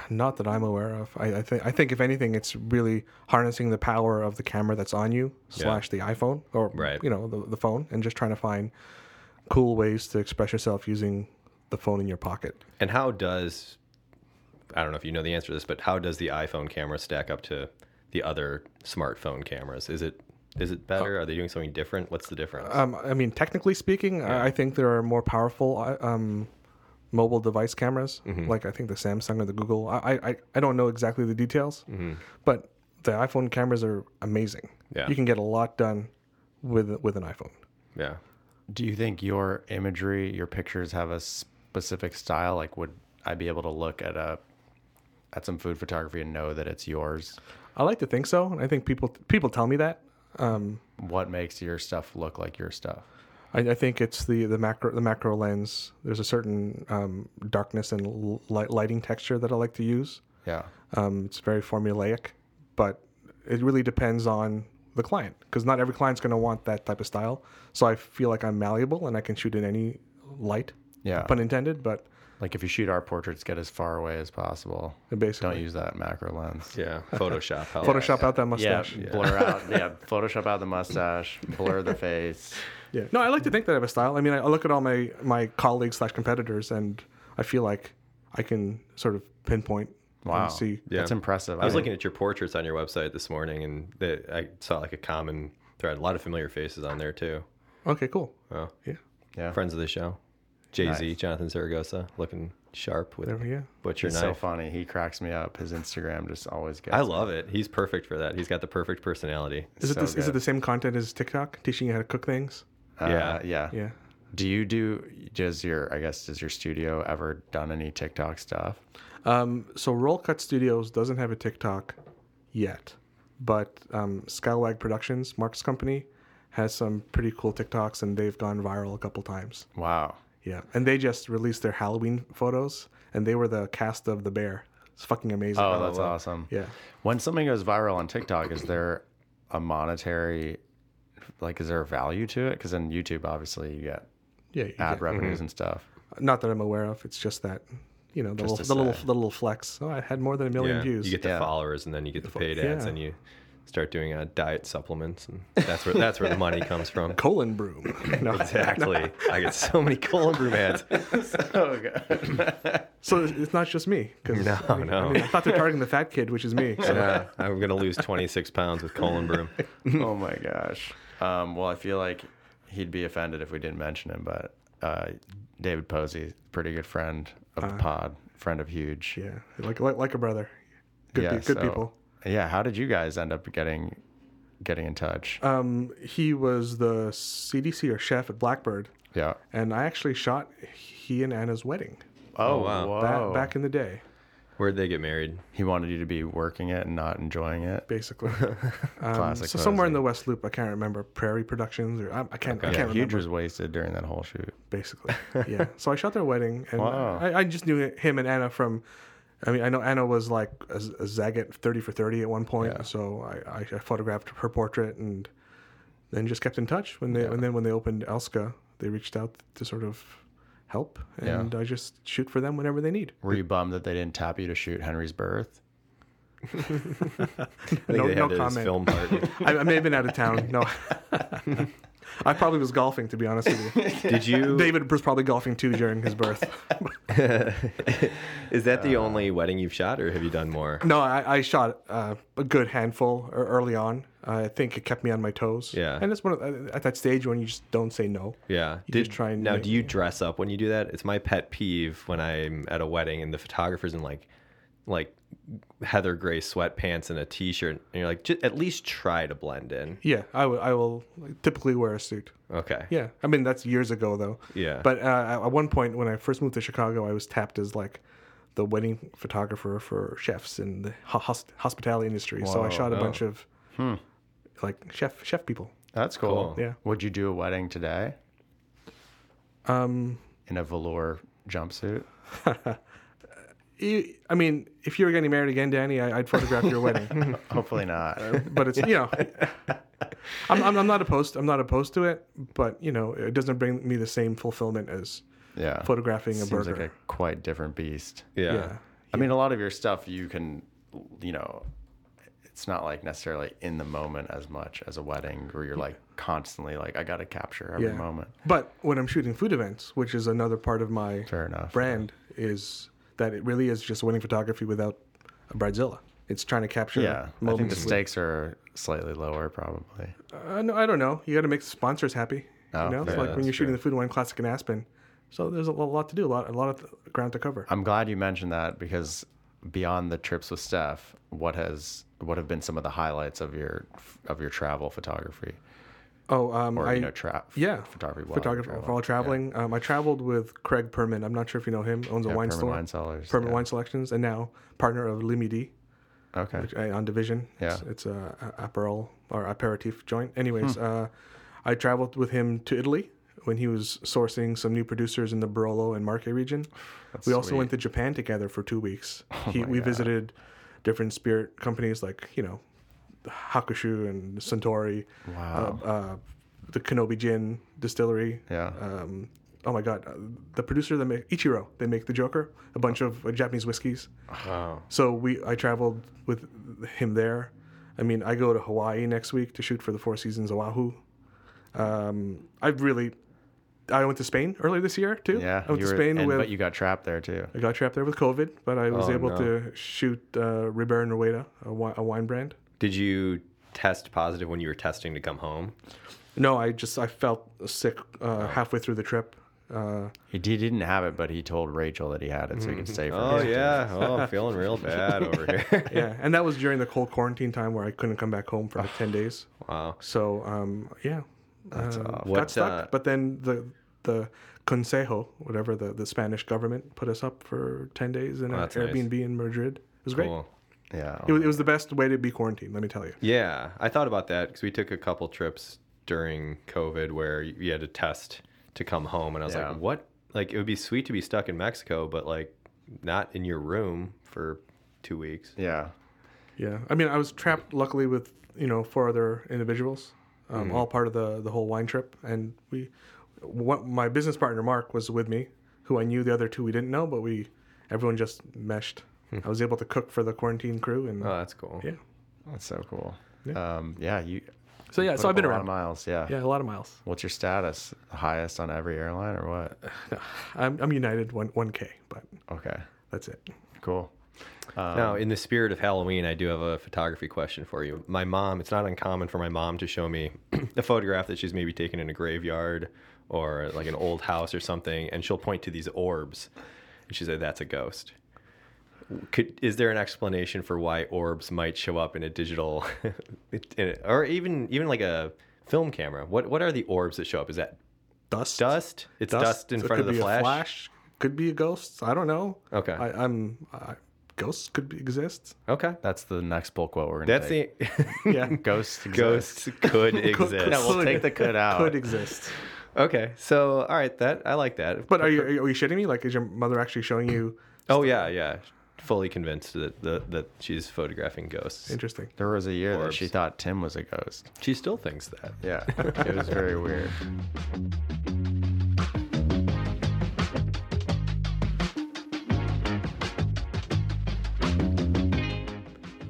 S3: not that I'm aware of. I, I think I think if anything, it's really harnessing the power of the camera that's on you slash the iPhone or
S1: Right.
S3: you know the, the phone, and just trying to find cool ways to express yourself using the phone in your pocket.
S1: And how does I don't know if you know the answer to this, but how does the iPhone camera stack up to the other smartphone cameras? Is it is it better? Are they doing something different? What's the difference?
S3: Um, I mean, technically speaking, I, I think there are more powerful I- um, mobile device cameras,
S1: Mm-hmm.
S3: like I think the Samsung or the Google. I I, I- I don't know exactly the details, but the iPhone cameras are amazing.
S1: Mm-hmm. Yeah.
S3: You can get a lot done with with an iPhone.
S1: yeah.
S2: Do you think your imagery, your pictures have a specific style? Like, would I be able to look at a at some food photography and know that it's yours?
S3: I like to think so, and I think people people tell me that. Um,
S2: What makes your stuff look like your stuff?
S3: I, I think it's the the macro the macro lens. There's a certain um, darkness and l- light, lighting texture that I like to use.
S2: Yeah.
S3: Um, it's very formulaic, but it really depends on the client because not every client's going to want that type of style. So I feel like I'm malleable and I can shoot in any light,
S2: Yeah.
S3: pun intended. But
S2: like if you shoot our portraits, get as far away as possible.
S3: basically,
S2: Don't use that macro lens.
S1: Yeah, Photoshop. helps.
S3: Photoshop out that mustache.
S2: Yeah, blur out. Yeah, Photoshop out the mustache, blur the face.
S3: Yeah. No, I like to think that I have a style. I mean, I look at all my my colleagues slash competitors, and I feel like I can sort of pinpoint
S2: Wow,
S3: and see.
S1: Yeah.
S2: that's impressive.
S1: I was looking at your portraits on your website this morning, and they, I saw like a common thread. A lot of familiar faces on there too.
S3: Okay, cool.
S1: Oh,
S3: Yeah.
S2: yeah,
S1: friends of the show, Jay Z,
S2: Nice.
S1: Jonathan Zaragoza, looking sharp with
S3: There we go.
S1: butcher
S2: It's so
S1: knife.
S2: funny. He cracks me up. His Instagram just always gets.
S1: I love it. He's perfect for that. He's got the perfect personality.
S3: Is it
S2: So
S3: this, is it
S2: good.
S3: the same content as TikTok, teaching you how to cook things?
S2: Uh,
S1: Yeah.
S2: yeah, yeah.
S3: Yeah.
S2: Do you do? Does your I guess does your studio ever done any TikTok stuff?
S3: Um, so Roll Cut Studios doesn't have a TikTok yet, but um, Skywag Productions, Mark's company, has some pretty cool TikToks, and they've gone viral a couple times.
S2: Wow.
S3: Yeah, and they just released their Halloween photos, and they were the cast of the bear. It's fucking amazing.
S2: Oh, that's
S1: wow.
S2: awesome.
S3: yeah.
S2: When something goes viral on TikTok, is there a monetary, like, is there a value to it? Because in YouTube, obviously, you get
S3: Yeah, you
S2: ad
S3: get- mm-hmm.
S2: revenues and stuff.
S3: not that I'm aware of. It's just that, you know, the, little,
S2: to
S3: the little
S2: say.
S3: the little flex. Oh, I had more than a million
S1: Yeah,
S3: views.
S1: you get the
S2: Yeah.
S1: followers, and then you get the paid ads,
S3: yeah.
S1: and you start doing uh, diet supplements, and that's where that's where the money comes from.
S3: colon broom. No.
S1: Exactly. I get so many colon broom ads.
S3: So it's- it's not just me. 'cause,
S1: No,
S3: I mean,
S1: no.
S3: I, mean, I thought they're targeting the fat kid, which is me. So
S1: Yeah, I'm gonna lose 26 pounds with colon broom.
S2: oh my gosh. Um, well, I feel like he'd be offended if we didn't mention him, but uh, David Posey, pretty good friend of
S3: Uh-huh.
S2: the pod, friend of Huge.
S3: yeah, like, like like a brother. Good, pe- good
S2: so-
S3: people.
S2: Yeah. How did you guys end up getting getting in touch?
S3: Um, he was the CDC or chef at Blackbird,
S2: yeah.
S3: and I actually shot he and Anna's wedding
S2: Oh,
S1: wow.
S2: Whoa.
S3: back, back in the day,
S1: Where'd they get married?
S2: he wanted you to be working it and not enjoying it.
S3: basically. Um,
S2: Classic
S3: So somewhere in
S2: Posey.
S3: the West Loop, I can't remember. Prairie Productions, or I, I can't. I
S2: Yeah,
S3: can't
S2: Huge
S3: remember.
S2: was wasted during that whole shoot.
S3: basically. Yeah. so I shot their wedding, and
S2: Wow.
S3: I, I just knew him and Anna from. I mean, I know Anna was like a, a Zagat thirty for thirty at one point, so I, I photographed her portrait and then just kept in touch. When they and then when they opened Elska, they reached out to sort of help, and I just shoot for them whenever they need.
S2: Were you bummed that they didn't tap you to shoot Henry's birth?
S1: I think
S3: No-
S1: they
S3: no
S1: had this
S3: comment.
S1: film party.
S3: I, I may have been out of town. No, I probably was golfing to be honest with you.
S1: Did you?
S3: David was probably golfing too during his birth.
S1: Is that
S3: uh,
S1: the only wedding you've shot, or have you done more?
S3: No, I, I shot uh, a good handful e- early on. I think it kept me on my toes.
S1: Yeah.
S3: and it's one of, uh, at that stage when you just don't say no.
S1: Yeah.
S3: You just try and
S1: now,
S3: make-
S1: do you dress up when you do that? It's my pet peeve when I'm at a wedding and the photographer's in like, like heather gray sweatpants and a t-shirt, and you're like, "Ju- at least try to blend in.
S3: Yeah, I will. I will typically wear a suit.
S1: Okay.
S3: Yeah, I mean that's years ago though.
S1: Yeah.
S3: But uh, at one point when I first moved to Chicago, I was tapped as like the wedding photographer for chefs in the ho- hos- hospitality industry. so I
S2: Whoa,
S3: shot a bunch of
S1: Hmm.
S3: like chef chef people.
S2: That's cool.
S1: Cool.
S3: Yeah.
S2: Would you do a wedding today
S3: Um,
S2: in a velour jumpsuit?
S3: you- e, I mean, if you were getting married again, Danny, I, I'd photograph your wedding.
S2: Hopefully not.
S3: but it's you know I'm, I'm, I'm not opposed i'm not opposed to it but you know it doesn't bring me the same fulfillment as
S2: yeah.
S3: photographing a
S2: Seems
S3: burger
S2: like a quite different beast.
S1: Yeah.
S3: yeah
S2: I mean, a lot of your stuff you can, you know, it's not like necessarily in the moment as much as a wedding where you're like constantly like, I got to capture every
S3: Yeah.
S2: moment.
S3: but when i'm shooting food events which is another part of my
S2: Fair enough.
S3: brand is that it really is just winning photography without a bridezilla it's trying to capture
S2: Yeah. I think the
S3: moments with-
S2: stakes are slightly lower probably.
S3: Uh, no, I don't know. You got to make the sponsors happy.
S2: Oh,
S3: you know,
S2: yeah,
S3: like when
S1: that's
S3: you're shooting
S1: true.
S3: the Food and Wine Classic in Aspen. So there's a lot to do, a lot, a lot of ground to cover.
S2: I'm glad you mentioned that because beyond the trips with Steph, what has what have been some of the highlights of your of your travel photography?
S3: Oh, um,
S2: or
S3: I
S2: you know, tra-
S3: yeah.
S2: photography. while you
S3: photographer
S2: travel.
S3: while traveling. Um, I traveled with Craig Perman. I'm not sure if you know him. Owns a
S2: Yeah,
S3: wine
S2: Perman
S3: store,
S2: wine cellars.
S3: Perman
S2: yeah.
S3: Wine Selections, and now partner of Limidi
S2: Okay.
S3: which, uh, on Division. It's,
S2: Yeah. Hmm.
S3: it's uh, a, a aperol or aperitif joint. Anyways, uh, I traveled with him to Italy when he was sourcing some new producers in the Barolo and Marche region. we also went to Japan together for two weeks.
S2: Oh
S3: he, we visited different spirit companies like you know Hakushu and Suntory.
S2: Wow.
S3: Uh, uh, the Kenobi Gin Distillery.
S2: Yeah.
S3: Um, oh my God, uh, the producer that make Ichiro, they make the Joker, a bunch of uh, Japanese whiskeys.
S1: Wow.
S3: So we, I traveled with him there. I mean, I go to Hawaii next week to shoot for the Four Seasons Oahu. Um, I've really, I went to Spain earlier this year too.
S2: yeah.
S3: I went
S2: you
S3: to
S2: were-
S3: Spain
S2: and-
S3: with.
S2: but you got trapped there too.
S3: I got trapped there with COVID, but I was
S1: Oh,
S3: able
S1: no.
S3: to shoot uh, Ribera Nueda, a, wi- a wine brand.
S1: Did you test positive when you were testing to come home?
S3: No, I just I felt sick
S2: Oh.
S3: uh, halfway through the trip. Uh,
S2: He he didn't have it, but he told Rachel that he had it, so he
S3: Mm-hmm.
S2: could stay for.
S1: Oh
S2: us.
S1: yeah. Oh, I'm feeling real bad over here.
S3: yeah, and that was during the cold quarantine time where I couldn't come back home for like ten days.
S1: wow.
S3: So um, yeah, that's uh, got
S1: What,
S3: stuck.
S1: uh,
S3: but then the the Consejo, whatever the, the Spanish government, put us up for ten days in an
S1: Oh, that's nice.
S3: Airbnb in Madrid. It was great.
S1: Cool.
S2: Yeah.
S3: It, was, it was the best way to be quarantined. Let me tell you.
S1: Yeah, I thought about that because we took a couple trips during COVID where you you had to test to come home, and I was
S2: Yeah.
S1: like, what? Like, it would be sweet to be stuck in Mexico, but like, not in your room for two weeks.
S2: Yeah.
S3: Yeah, I mean, I was trapped luckily with you know four other individuals, um, all part of the the whole wine trip, and we, what my business partner Mark was with me, who I knew the other two we didn't know, but we, everyone just meshed. I was able to cook for the quarantine crew, and
S1: Oh, that's cool.
S3: yeah,
S2: That's so cool. Yeah. Um, yeah. You.
S3: so yeah,
S2: put
S3: so
S2: up
S3: I've been
S2: a lot of
S3: around.
S2: miles. Yeah.
S3: Yeah, a lot of miles.
S2: What's your status? Highest on every airline or what?
S3: I'm, I'm United one one k, but
S2: Okay.
S3: that's it.
S2: Cool. Um,
S1: Now,
S3: Um,
S1: in the spirit of Halloween, I do have a photography question for you. My mom, it's not uncommon for my mom to show me a photograph that she's maybe taken in a graveyard or like an old house or something, and she'll point to these orbs and she said, That's a ghost. Could, is there an explanation for why orbs might show up in a digital it- in a- or even even like a film camera? What what are the orbs that show up? Is that
S3: Dust,
S1: dust? It's dust, in
S3: so it
S1: front of
S3: could
S1: the
S3: be
S1: flash?
S3: A flash. Could be a ghost. I don't know.
S1: Okay.
S3: I, I'm I, ghosts could be, exist.
S1: Okay.
S2: That's the next bulk quote we're gonna
S1: That's
S2: take.
S1: the
S3: Yeah,
S2: ghost.
S1: ghosts could exist.
S2: No, we'll
S3: Could-
S2: take the could out.
S3: could exist.
S1: Okay, so all right, that I like that.
S3: But are you are you- are you shitting me? Like, is your mother actually showing you?
S1: oh yeah, yeah, fully convinced that that, that she's photographing ghosts.
S3: Interesting.
S2: There was a year that
S1: Orbs.
S2: she thought Tim was a ghost.
S1: She still thinks that.
S2: Yeah, it was very weird.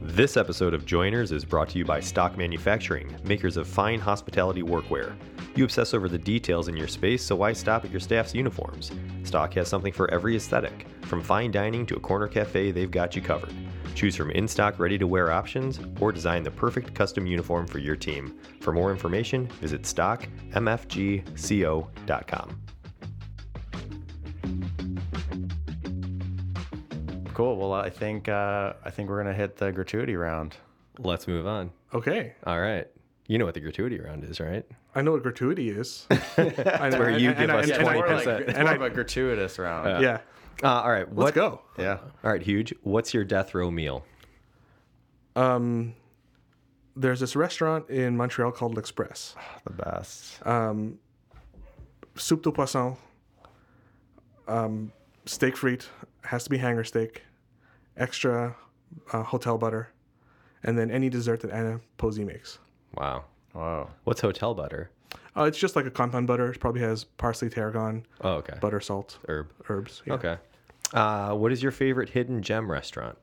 S1: This episode of Joiners is brought to you by Stock Manufacturing, makers of fine hospitality workwear. You obsess over the details in your space, so why stop at your staff's uniforms? Stock has something for every aesthetic. From fine dining to a corner cafe, they've got you covered. Choose from in stock, ready to wear options, or design the perfect custom uniform for your team. For more information, visit stockmfgco.com.
S2: Cool. Well, I think uh, I think we're gonna hit the gratuity round.
S1: Let's move on.
S3: Okay,
S1: All right. You know what the gratuity round is, right?
S3: I know what gratuity is. I know,
S1: where you
S3: and-
S1: give
S3: and I-
S1: us
S3: and I-
S1: more 20%. like-
S2: it's
S3: and
S2: more
S3: I-
S2: of a gratuitous round.
S1: Yeah.
S3: Yeah,
S1: Uh, all right. What,
S3: let's go.
S2: Yeah.
S1: All right, huge. What's your death row meal?
S3: Um, there's this restaurant in Montreal called L'Express.
S2: the best.
S3: Soup de poisson, um, steak frites has to be hanger steak, extra uh, hotel butter, and then any dessert that Anna Posey makes.
S1: Wow.
S2: Whoa.
S1: What's hotel butter?
S3: Uh, it's just like a compound butter. It probably has parsley, tarragon,
S1: Oh, okay.
S3: butter, salt,
S1: Herb.
S3: herbs. yeah.
S1: Okay. Uh, what is your favorite hidden gem restaurant?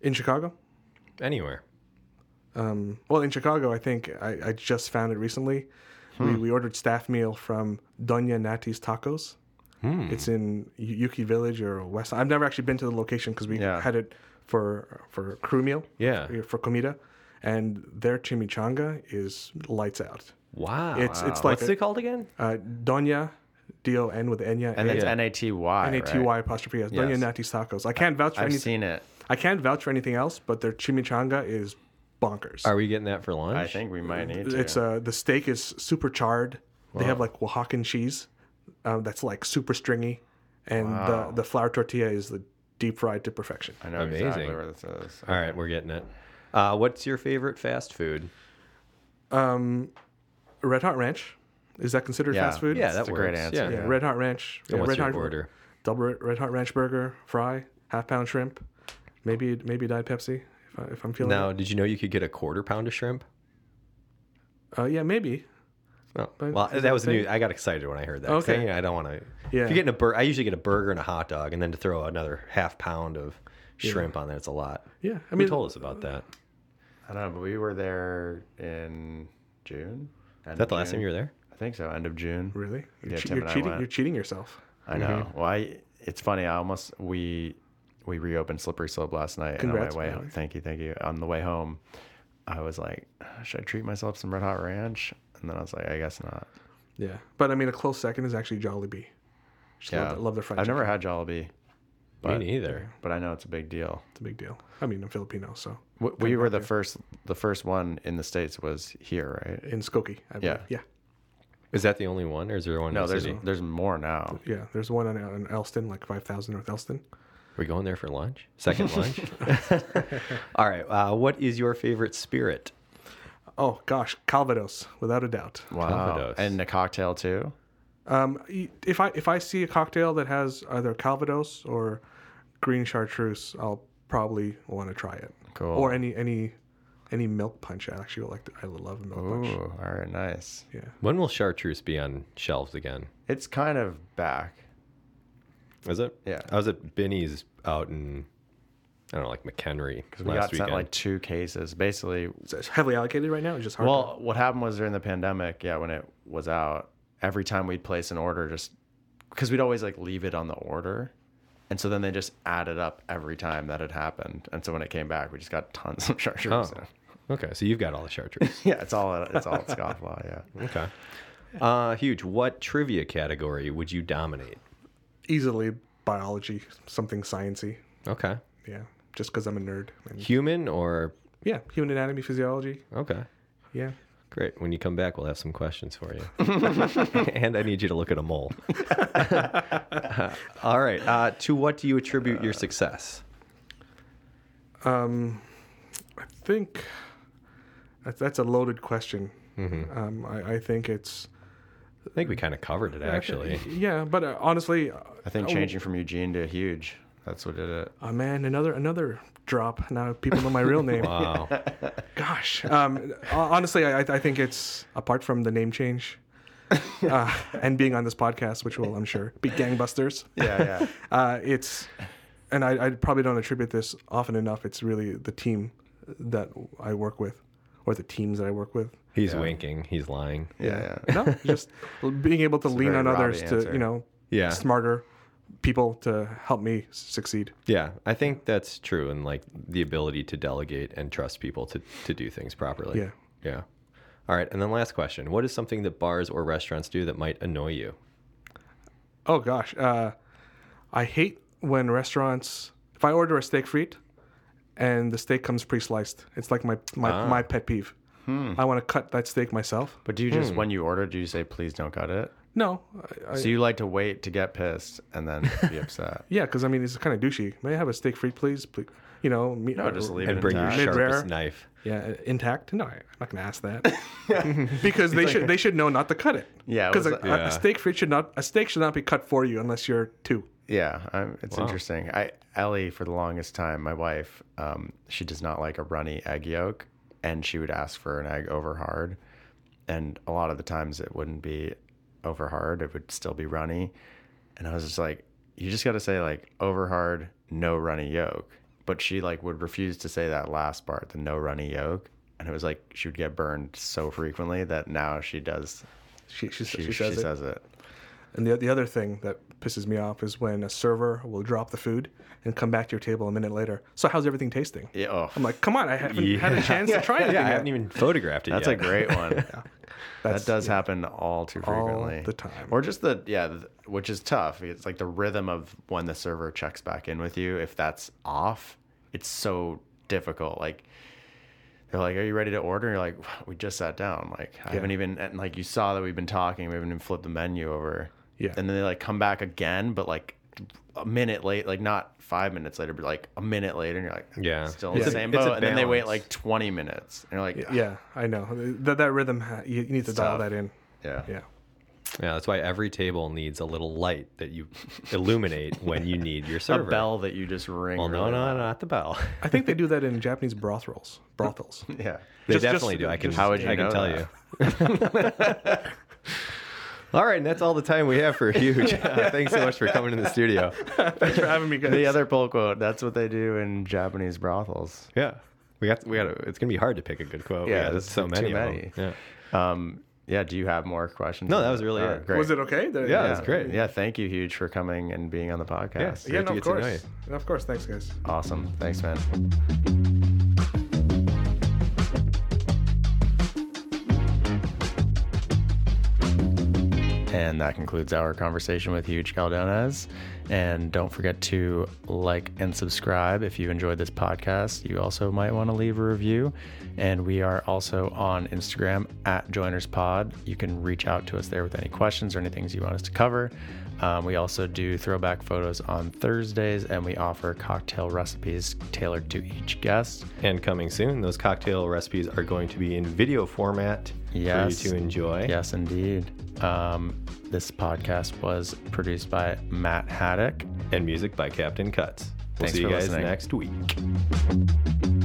S3: In Chicago?
S1: Anywhere.
S3: Um, well, in Chicago, I think I, I just found it recently. We,
S2: Hmm.
S3: we ordered staff meal from Doña Natty's Tacos.
S2: Hmm.
S3: It's in Y- Yuki Village or West. I've never actually been to the location because we
S2: Yeah.
S3: had it for for crew meal.
S1: Yeah.
S3: for, for comida, and their chimichanga is lights out.
S1: Wow.
S3: It's it's like
S1: What's
S3: a,
S1: it called again?
S3: uh, Doña, D O N with Enya,
S2: And that's
S1: Yeah.
S2: N A T Y.
S3: N A T Y apostrophe S. Doña
S2: Yes.
S3: Natty's Tacos. I can't vouch for
S2: I've
S3: anything.
S2: seen it.
S3: I can't vouch for anything else, but their chimichanga is bonkers.
S1: Are we getting that for lunch?
S2: I think we might need to.
S3: It's uh the steak is super charred. They have like Oaxacan cheese, um, that's like super stringy, and the the flour tortilla is the deep fried to perfection.
S2: I know
S1: Amazing.
S2: exactly where this is.
S1: All right, we're getting it. Uh, what's your favorite fast food?
S3: Um, Red Hot Ranch, is that considered
S2: Yeah.
S3: fast food?
S1: Yeah, that
S2: a
S1: works.
S2: great answer.
S1: Yeah.
S3: yeah. Red Hot Ranch.
S1: And
S3: yeah,
S1: what's
S3: Red
S1: your
S3: Hot
S1: order?
S3: double Red- Red Hot Ranch burger, fry, half pound shrimp, maybe maybe Diet Pepsi if, I, if I'm feeling.
S1: Now, did you know you could get a quarter pound of shrimp?
S3: it. Uh, yeah, maybe.
S1: Oh,
S3: But
S1: well,
S3: is
S1: that,
S3: that
S1: was
S3: a thing?
S1: new. I got excited when I heard that. 'cause
S3: Okay.
S1: I, I don't want to.
S3: Yeah.
S1: If you're getting a burger, I usually get a burger and a hot dog, and then to throw another half pound of shrimp on there, it's a lot.
S3: Yeah, I
S1: Who
S3: mean,
S1: told us about that?
S2: I don't know, but we were there in June. End
S1: Is that the last time you were there?
S2: I think so. End of June.
S3: really, you're,
S2: Yeah,
S3: che-
S2: Tim
S3: you're
S2: and I
S3: cheating.
S2: went.
S3: You're cheating yourself.
S2: I know.
S3: mm-hmm.
S2: Well, I, it's funny. I almost we we reopened Slippery Slope last night.
S3: Congrats,
S2: and on my
S3: by
S2: way
S3: the
S2: home,
S3: way.
S2: thank you, thank you. On the way home, I was like, should I treat myself some Red Hot Ranch? And then I was like, I guess not.
S3: Yeah, but I mean, a close second is actually Jollibee. Just
S2: Yeah,
S3: love, the- love their fried
S2: I've never
S3: chicken.
S2: had Jollibee,
S1: Me
S2: But-
S1: neither.
S2: but I know it's a big deal.
S3: It's a big deal. I mean, I'm Filipino, so
S2: W- We were the first. The first one in the states was here, right?
S3: in Skokie. I believe. yeah,
S1: Is that the only one, or is there one?
S2: No,
S1: in the
S2: there's
S1: city?
S2: there's more now.
S3: yeah. There's one in, in Elston, like 5,000 North Elston.
S1: We're going there for lunch. Second lunch. All right. Uh, what is your favorite spirit?
S3: Oh gosh, Calvados, without a doubt.
S2: Wow,
S1: Calvados.
S2: and a cocktail too.
S3: Um, y- if I if I see a cocktail that has either Calvados or green chartreuse, I'll probably want to try it.
S2: Cool.
S3: Or any any any milk punch. I actually would like to. I would love a milk punch.
S2: Ooh, all right, nice.
S3: Yeah.
S1: When will chartreuse be on shelves again?
S2: It's kind of back.
S1: Is it?
S2: Yeah.
S1: I was at Binny's out in, I don't know, like McHenry last
S2: We got
S1: weekend.
S2: sent like two cases. Basically,
S3: So it's heavily allocated right now. It's just hard.
S2: well, what happened was during the pandemic, yeah, when it was out, every time we'd place an order, just because we'd always like leave it on the order. And so then they just added up every time that had happened. And so when it came back, we just got tons of chartreuse.
S1: Oh. Okay, so you've got all the chartreuse.
S2: Yeah, it's all it's all at scofflaw. Yeah,
S1: okay. Uh, huge. What trivia category would you dominate?
S3: to, easily biology, something sciency.
S1: Okay.
S3: Yeah. Just because I'm a nerd. And
S1: Human or
S3: yeah. Human anatomy, physiology.
S1: okay.
S3: Yeah.
S1: Great. When you come back, we'll have some questions for you. and I need you to look at a mole. all right. Uh, to what do you attribute your success?
S3: Um, I think that's, that's a loaded question.
S1: Mm-hmm.
S3: Um, I, I think it's
S1: I think we kind of covered it actually.
S3: yeah, but uh, honestly, uh,
S2: I think changing from Eugene to huge. That's what did it.
S3: Oh man, another another drop. Now people know my real name.
S1: Wow.
S3: Gosh. Um, ho- honestly, I, I think it's apart from the name change uh, and being on this podcast, which will I'm sure be gangbusters.
S2: Yeah, yeah.
S3: Uh, it's and I, I probably don't attribute this often enough. It's really the team that I work with, or the teams that I work with.
S1: He's winking. He's lying.
S2: Yeah, yeah.
S3: No, just being able to lean
S2: very
S3: on others
S2: Robbie
S3: to
S2: answer.
S3: you know
S1: Yeah.
S3: smarter people to help me succeed.
S1: Yeah, I think that's true, and like the ability to delegate and trust people to to do things properly.
S3: Yeah.
S1: yeah. All right, and then last question: What is something that bars or restaurants do that might annoy you?
S3: Oh gosh, uh, I hate when restaurants. If I order a steak frite, and the steak comes pre-sliced, it's like my my,
S2: Ah.
S3: my pet peeve.
S2: Hmm.
S3: I want to cut that steak myself.
S2: But do you just when you order, do you say please don't cut it?
S3: No, I, I,
S2: So you like to wait to get pissed and then be upset?
S3: yeah, because I mean it's kind of douchey. May I have a steak frite, please? Please, you know, meat,
S2: No, just leave it.
S1: And bring your
S2: intact.
S3: Mid-rare.
S1: sharpest knife.
S3: Yeah, uh, intact. No, I, I'm not gonna ask that because they should they should know not to cut it.
S2: Yeah, it
S3: because
S2: was
S3: a,
S2: like-
S3: a-
S1: Yeah.
S3: a steak frite should not a steak should not be cut for you unless you're two.
S2: Yeah, i it's interesting. I Ellie for the longest time, my wife, um, she does not like a runny egg yolk, and she would ask for an egg over hard, and a lot of the times it wouldn't be over hard; it would still be runny, and I was just like, you just got to say like over hard, no runny yolk. But she like would refuse to say that last part, the no runny yolk, and it was like she would get burned so frequently that now she does.
S3: She she,
S2: She,
S3: she says it.
S2: it.
S3: And the, the other thing that pisses me off is when a server will drop the food and come back to your table a minute later. So how's everything tasting?
S2: Yeah, oh,
S3: I'm like, come on, I haven't had a chance to try anything
S1: Yeah, I
S3: yet.
S1: haven't even photographed it
S2: that's
S1: yet.
S2: a great one.
S3: That's-
S2: that does happen all too frequently.
S3: the time.
S2: Or just the yeah, th- which is tough. It's like the rhythm of when the server checks back in with you. If that's off, it's so difficult. Like they're like, "Are you ready to order?" You're like, "We just sat down. Like, I haven't even and like you saw that we've been talking. We haven't even flipped the menu over."
S3: Yeah.
S2: And then they like come back again, but like a minute late, like not five minutes later, but like a minute later, and you're like,
S1: Yeah.
S2: still in
S1: It's
S2: the
S1: a-
S2: same
S1: it's a
S2: boat." And then they wait
S1: balance.
S2: like 20 minutes, and you're like, "Yeah,
S3: Yeah, I know. That that rhythm ha- you, you need to dial
S2: tough.
S3: that in.
S2: yeah,
S3: Yeah.
S1: Yeah, that's why every table needs a little light that you illuminate when you need your
S2: a
S1: server.
S2: bell that you just ring."
S1: Well, no,
S2: really
S1: no,
S2: loud.
S1: not the bell.
S3: I think they do that in Japanese brothels. Brothels.
S2: yeah,
S1: They
S2: Just- just-
S1: definitely do. I can.
S2: just- How would you
S1: I can
S2: know
S1: tell
S2: that?
S1: you. All right, and that's all the time we have for huge. Thanks so much for coming in the studio.
S3: Thanks for having me, guys.
S2: The other poll quote. That's what they do in Japanese brothels.
S1: Yeah, we got. We got. It's gonna be hard to pick a good quote.
S2: Yeah,
S1: Yeah, there's
S2: there's
S1: so many.
S2: too
S1: of
S2: many.
S1: them. Yeah.
S2: Um, yeah, do you have more questions?
S1: No, that was really
S2: All
S1: it.
S2: right, Great.
S3: Was it okay? Did I-
S1: Yeah,
S2: Yeah,
S1: That's great.
S2: Yeah, thank you, Huge, for coming and being on the podcast.
S1: Yeah. Great to
S3: Yeah, no, of
S1: get to know
S3: course. No, of course. Thanks, guys.
S2: Awesome. Thanks, man. And that concludes our conversation with Huge Caldones. And don't forget to like and subscribe if you enjoyed this podcast. You also might want to leave a review. And we are also on Instagram at Joiners Pod. You can reach out to us there with any questions or any things you want us to cover. Um, we also do throwback photos on Thursdays, and we offer cocktail recipes tailored to each guest.
S1: And coming soon, those cocktail recipes are going to be in video format
S2: Yes.
S1: for you to enjoy.
S2: Yes, indeed. Um, this podcast was produced by Matt Haddock.
S1: And music by Captain Cuts. We'll
S2: Thanks
S1: see you
S2: for
S1: guys
S2: listening.
S1: next week.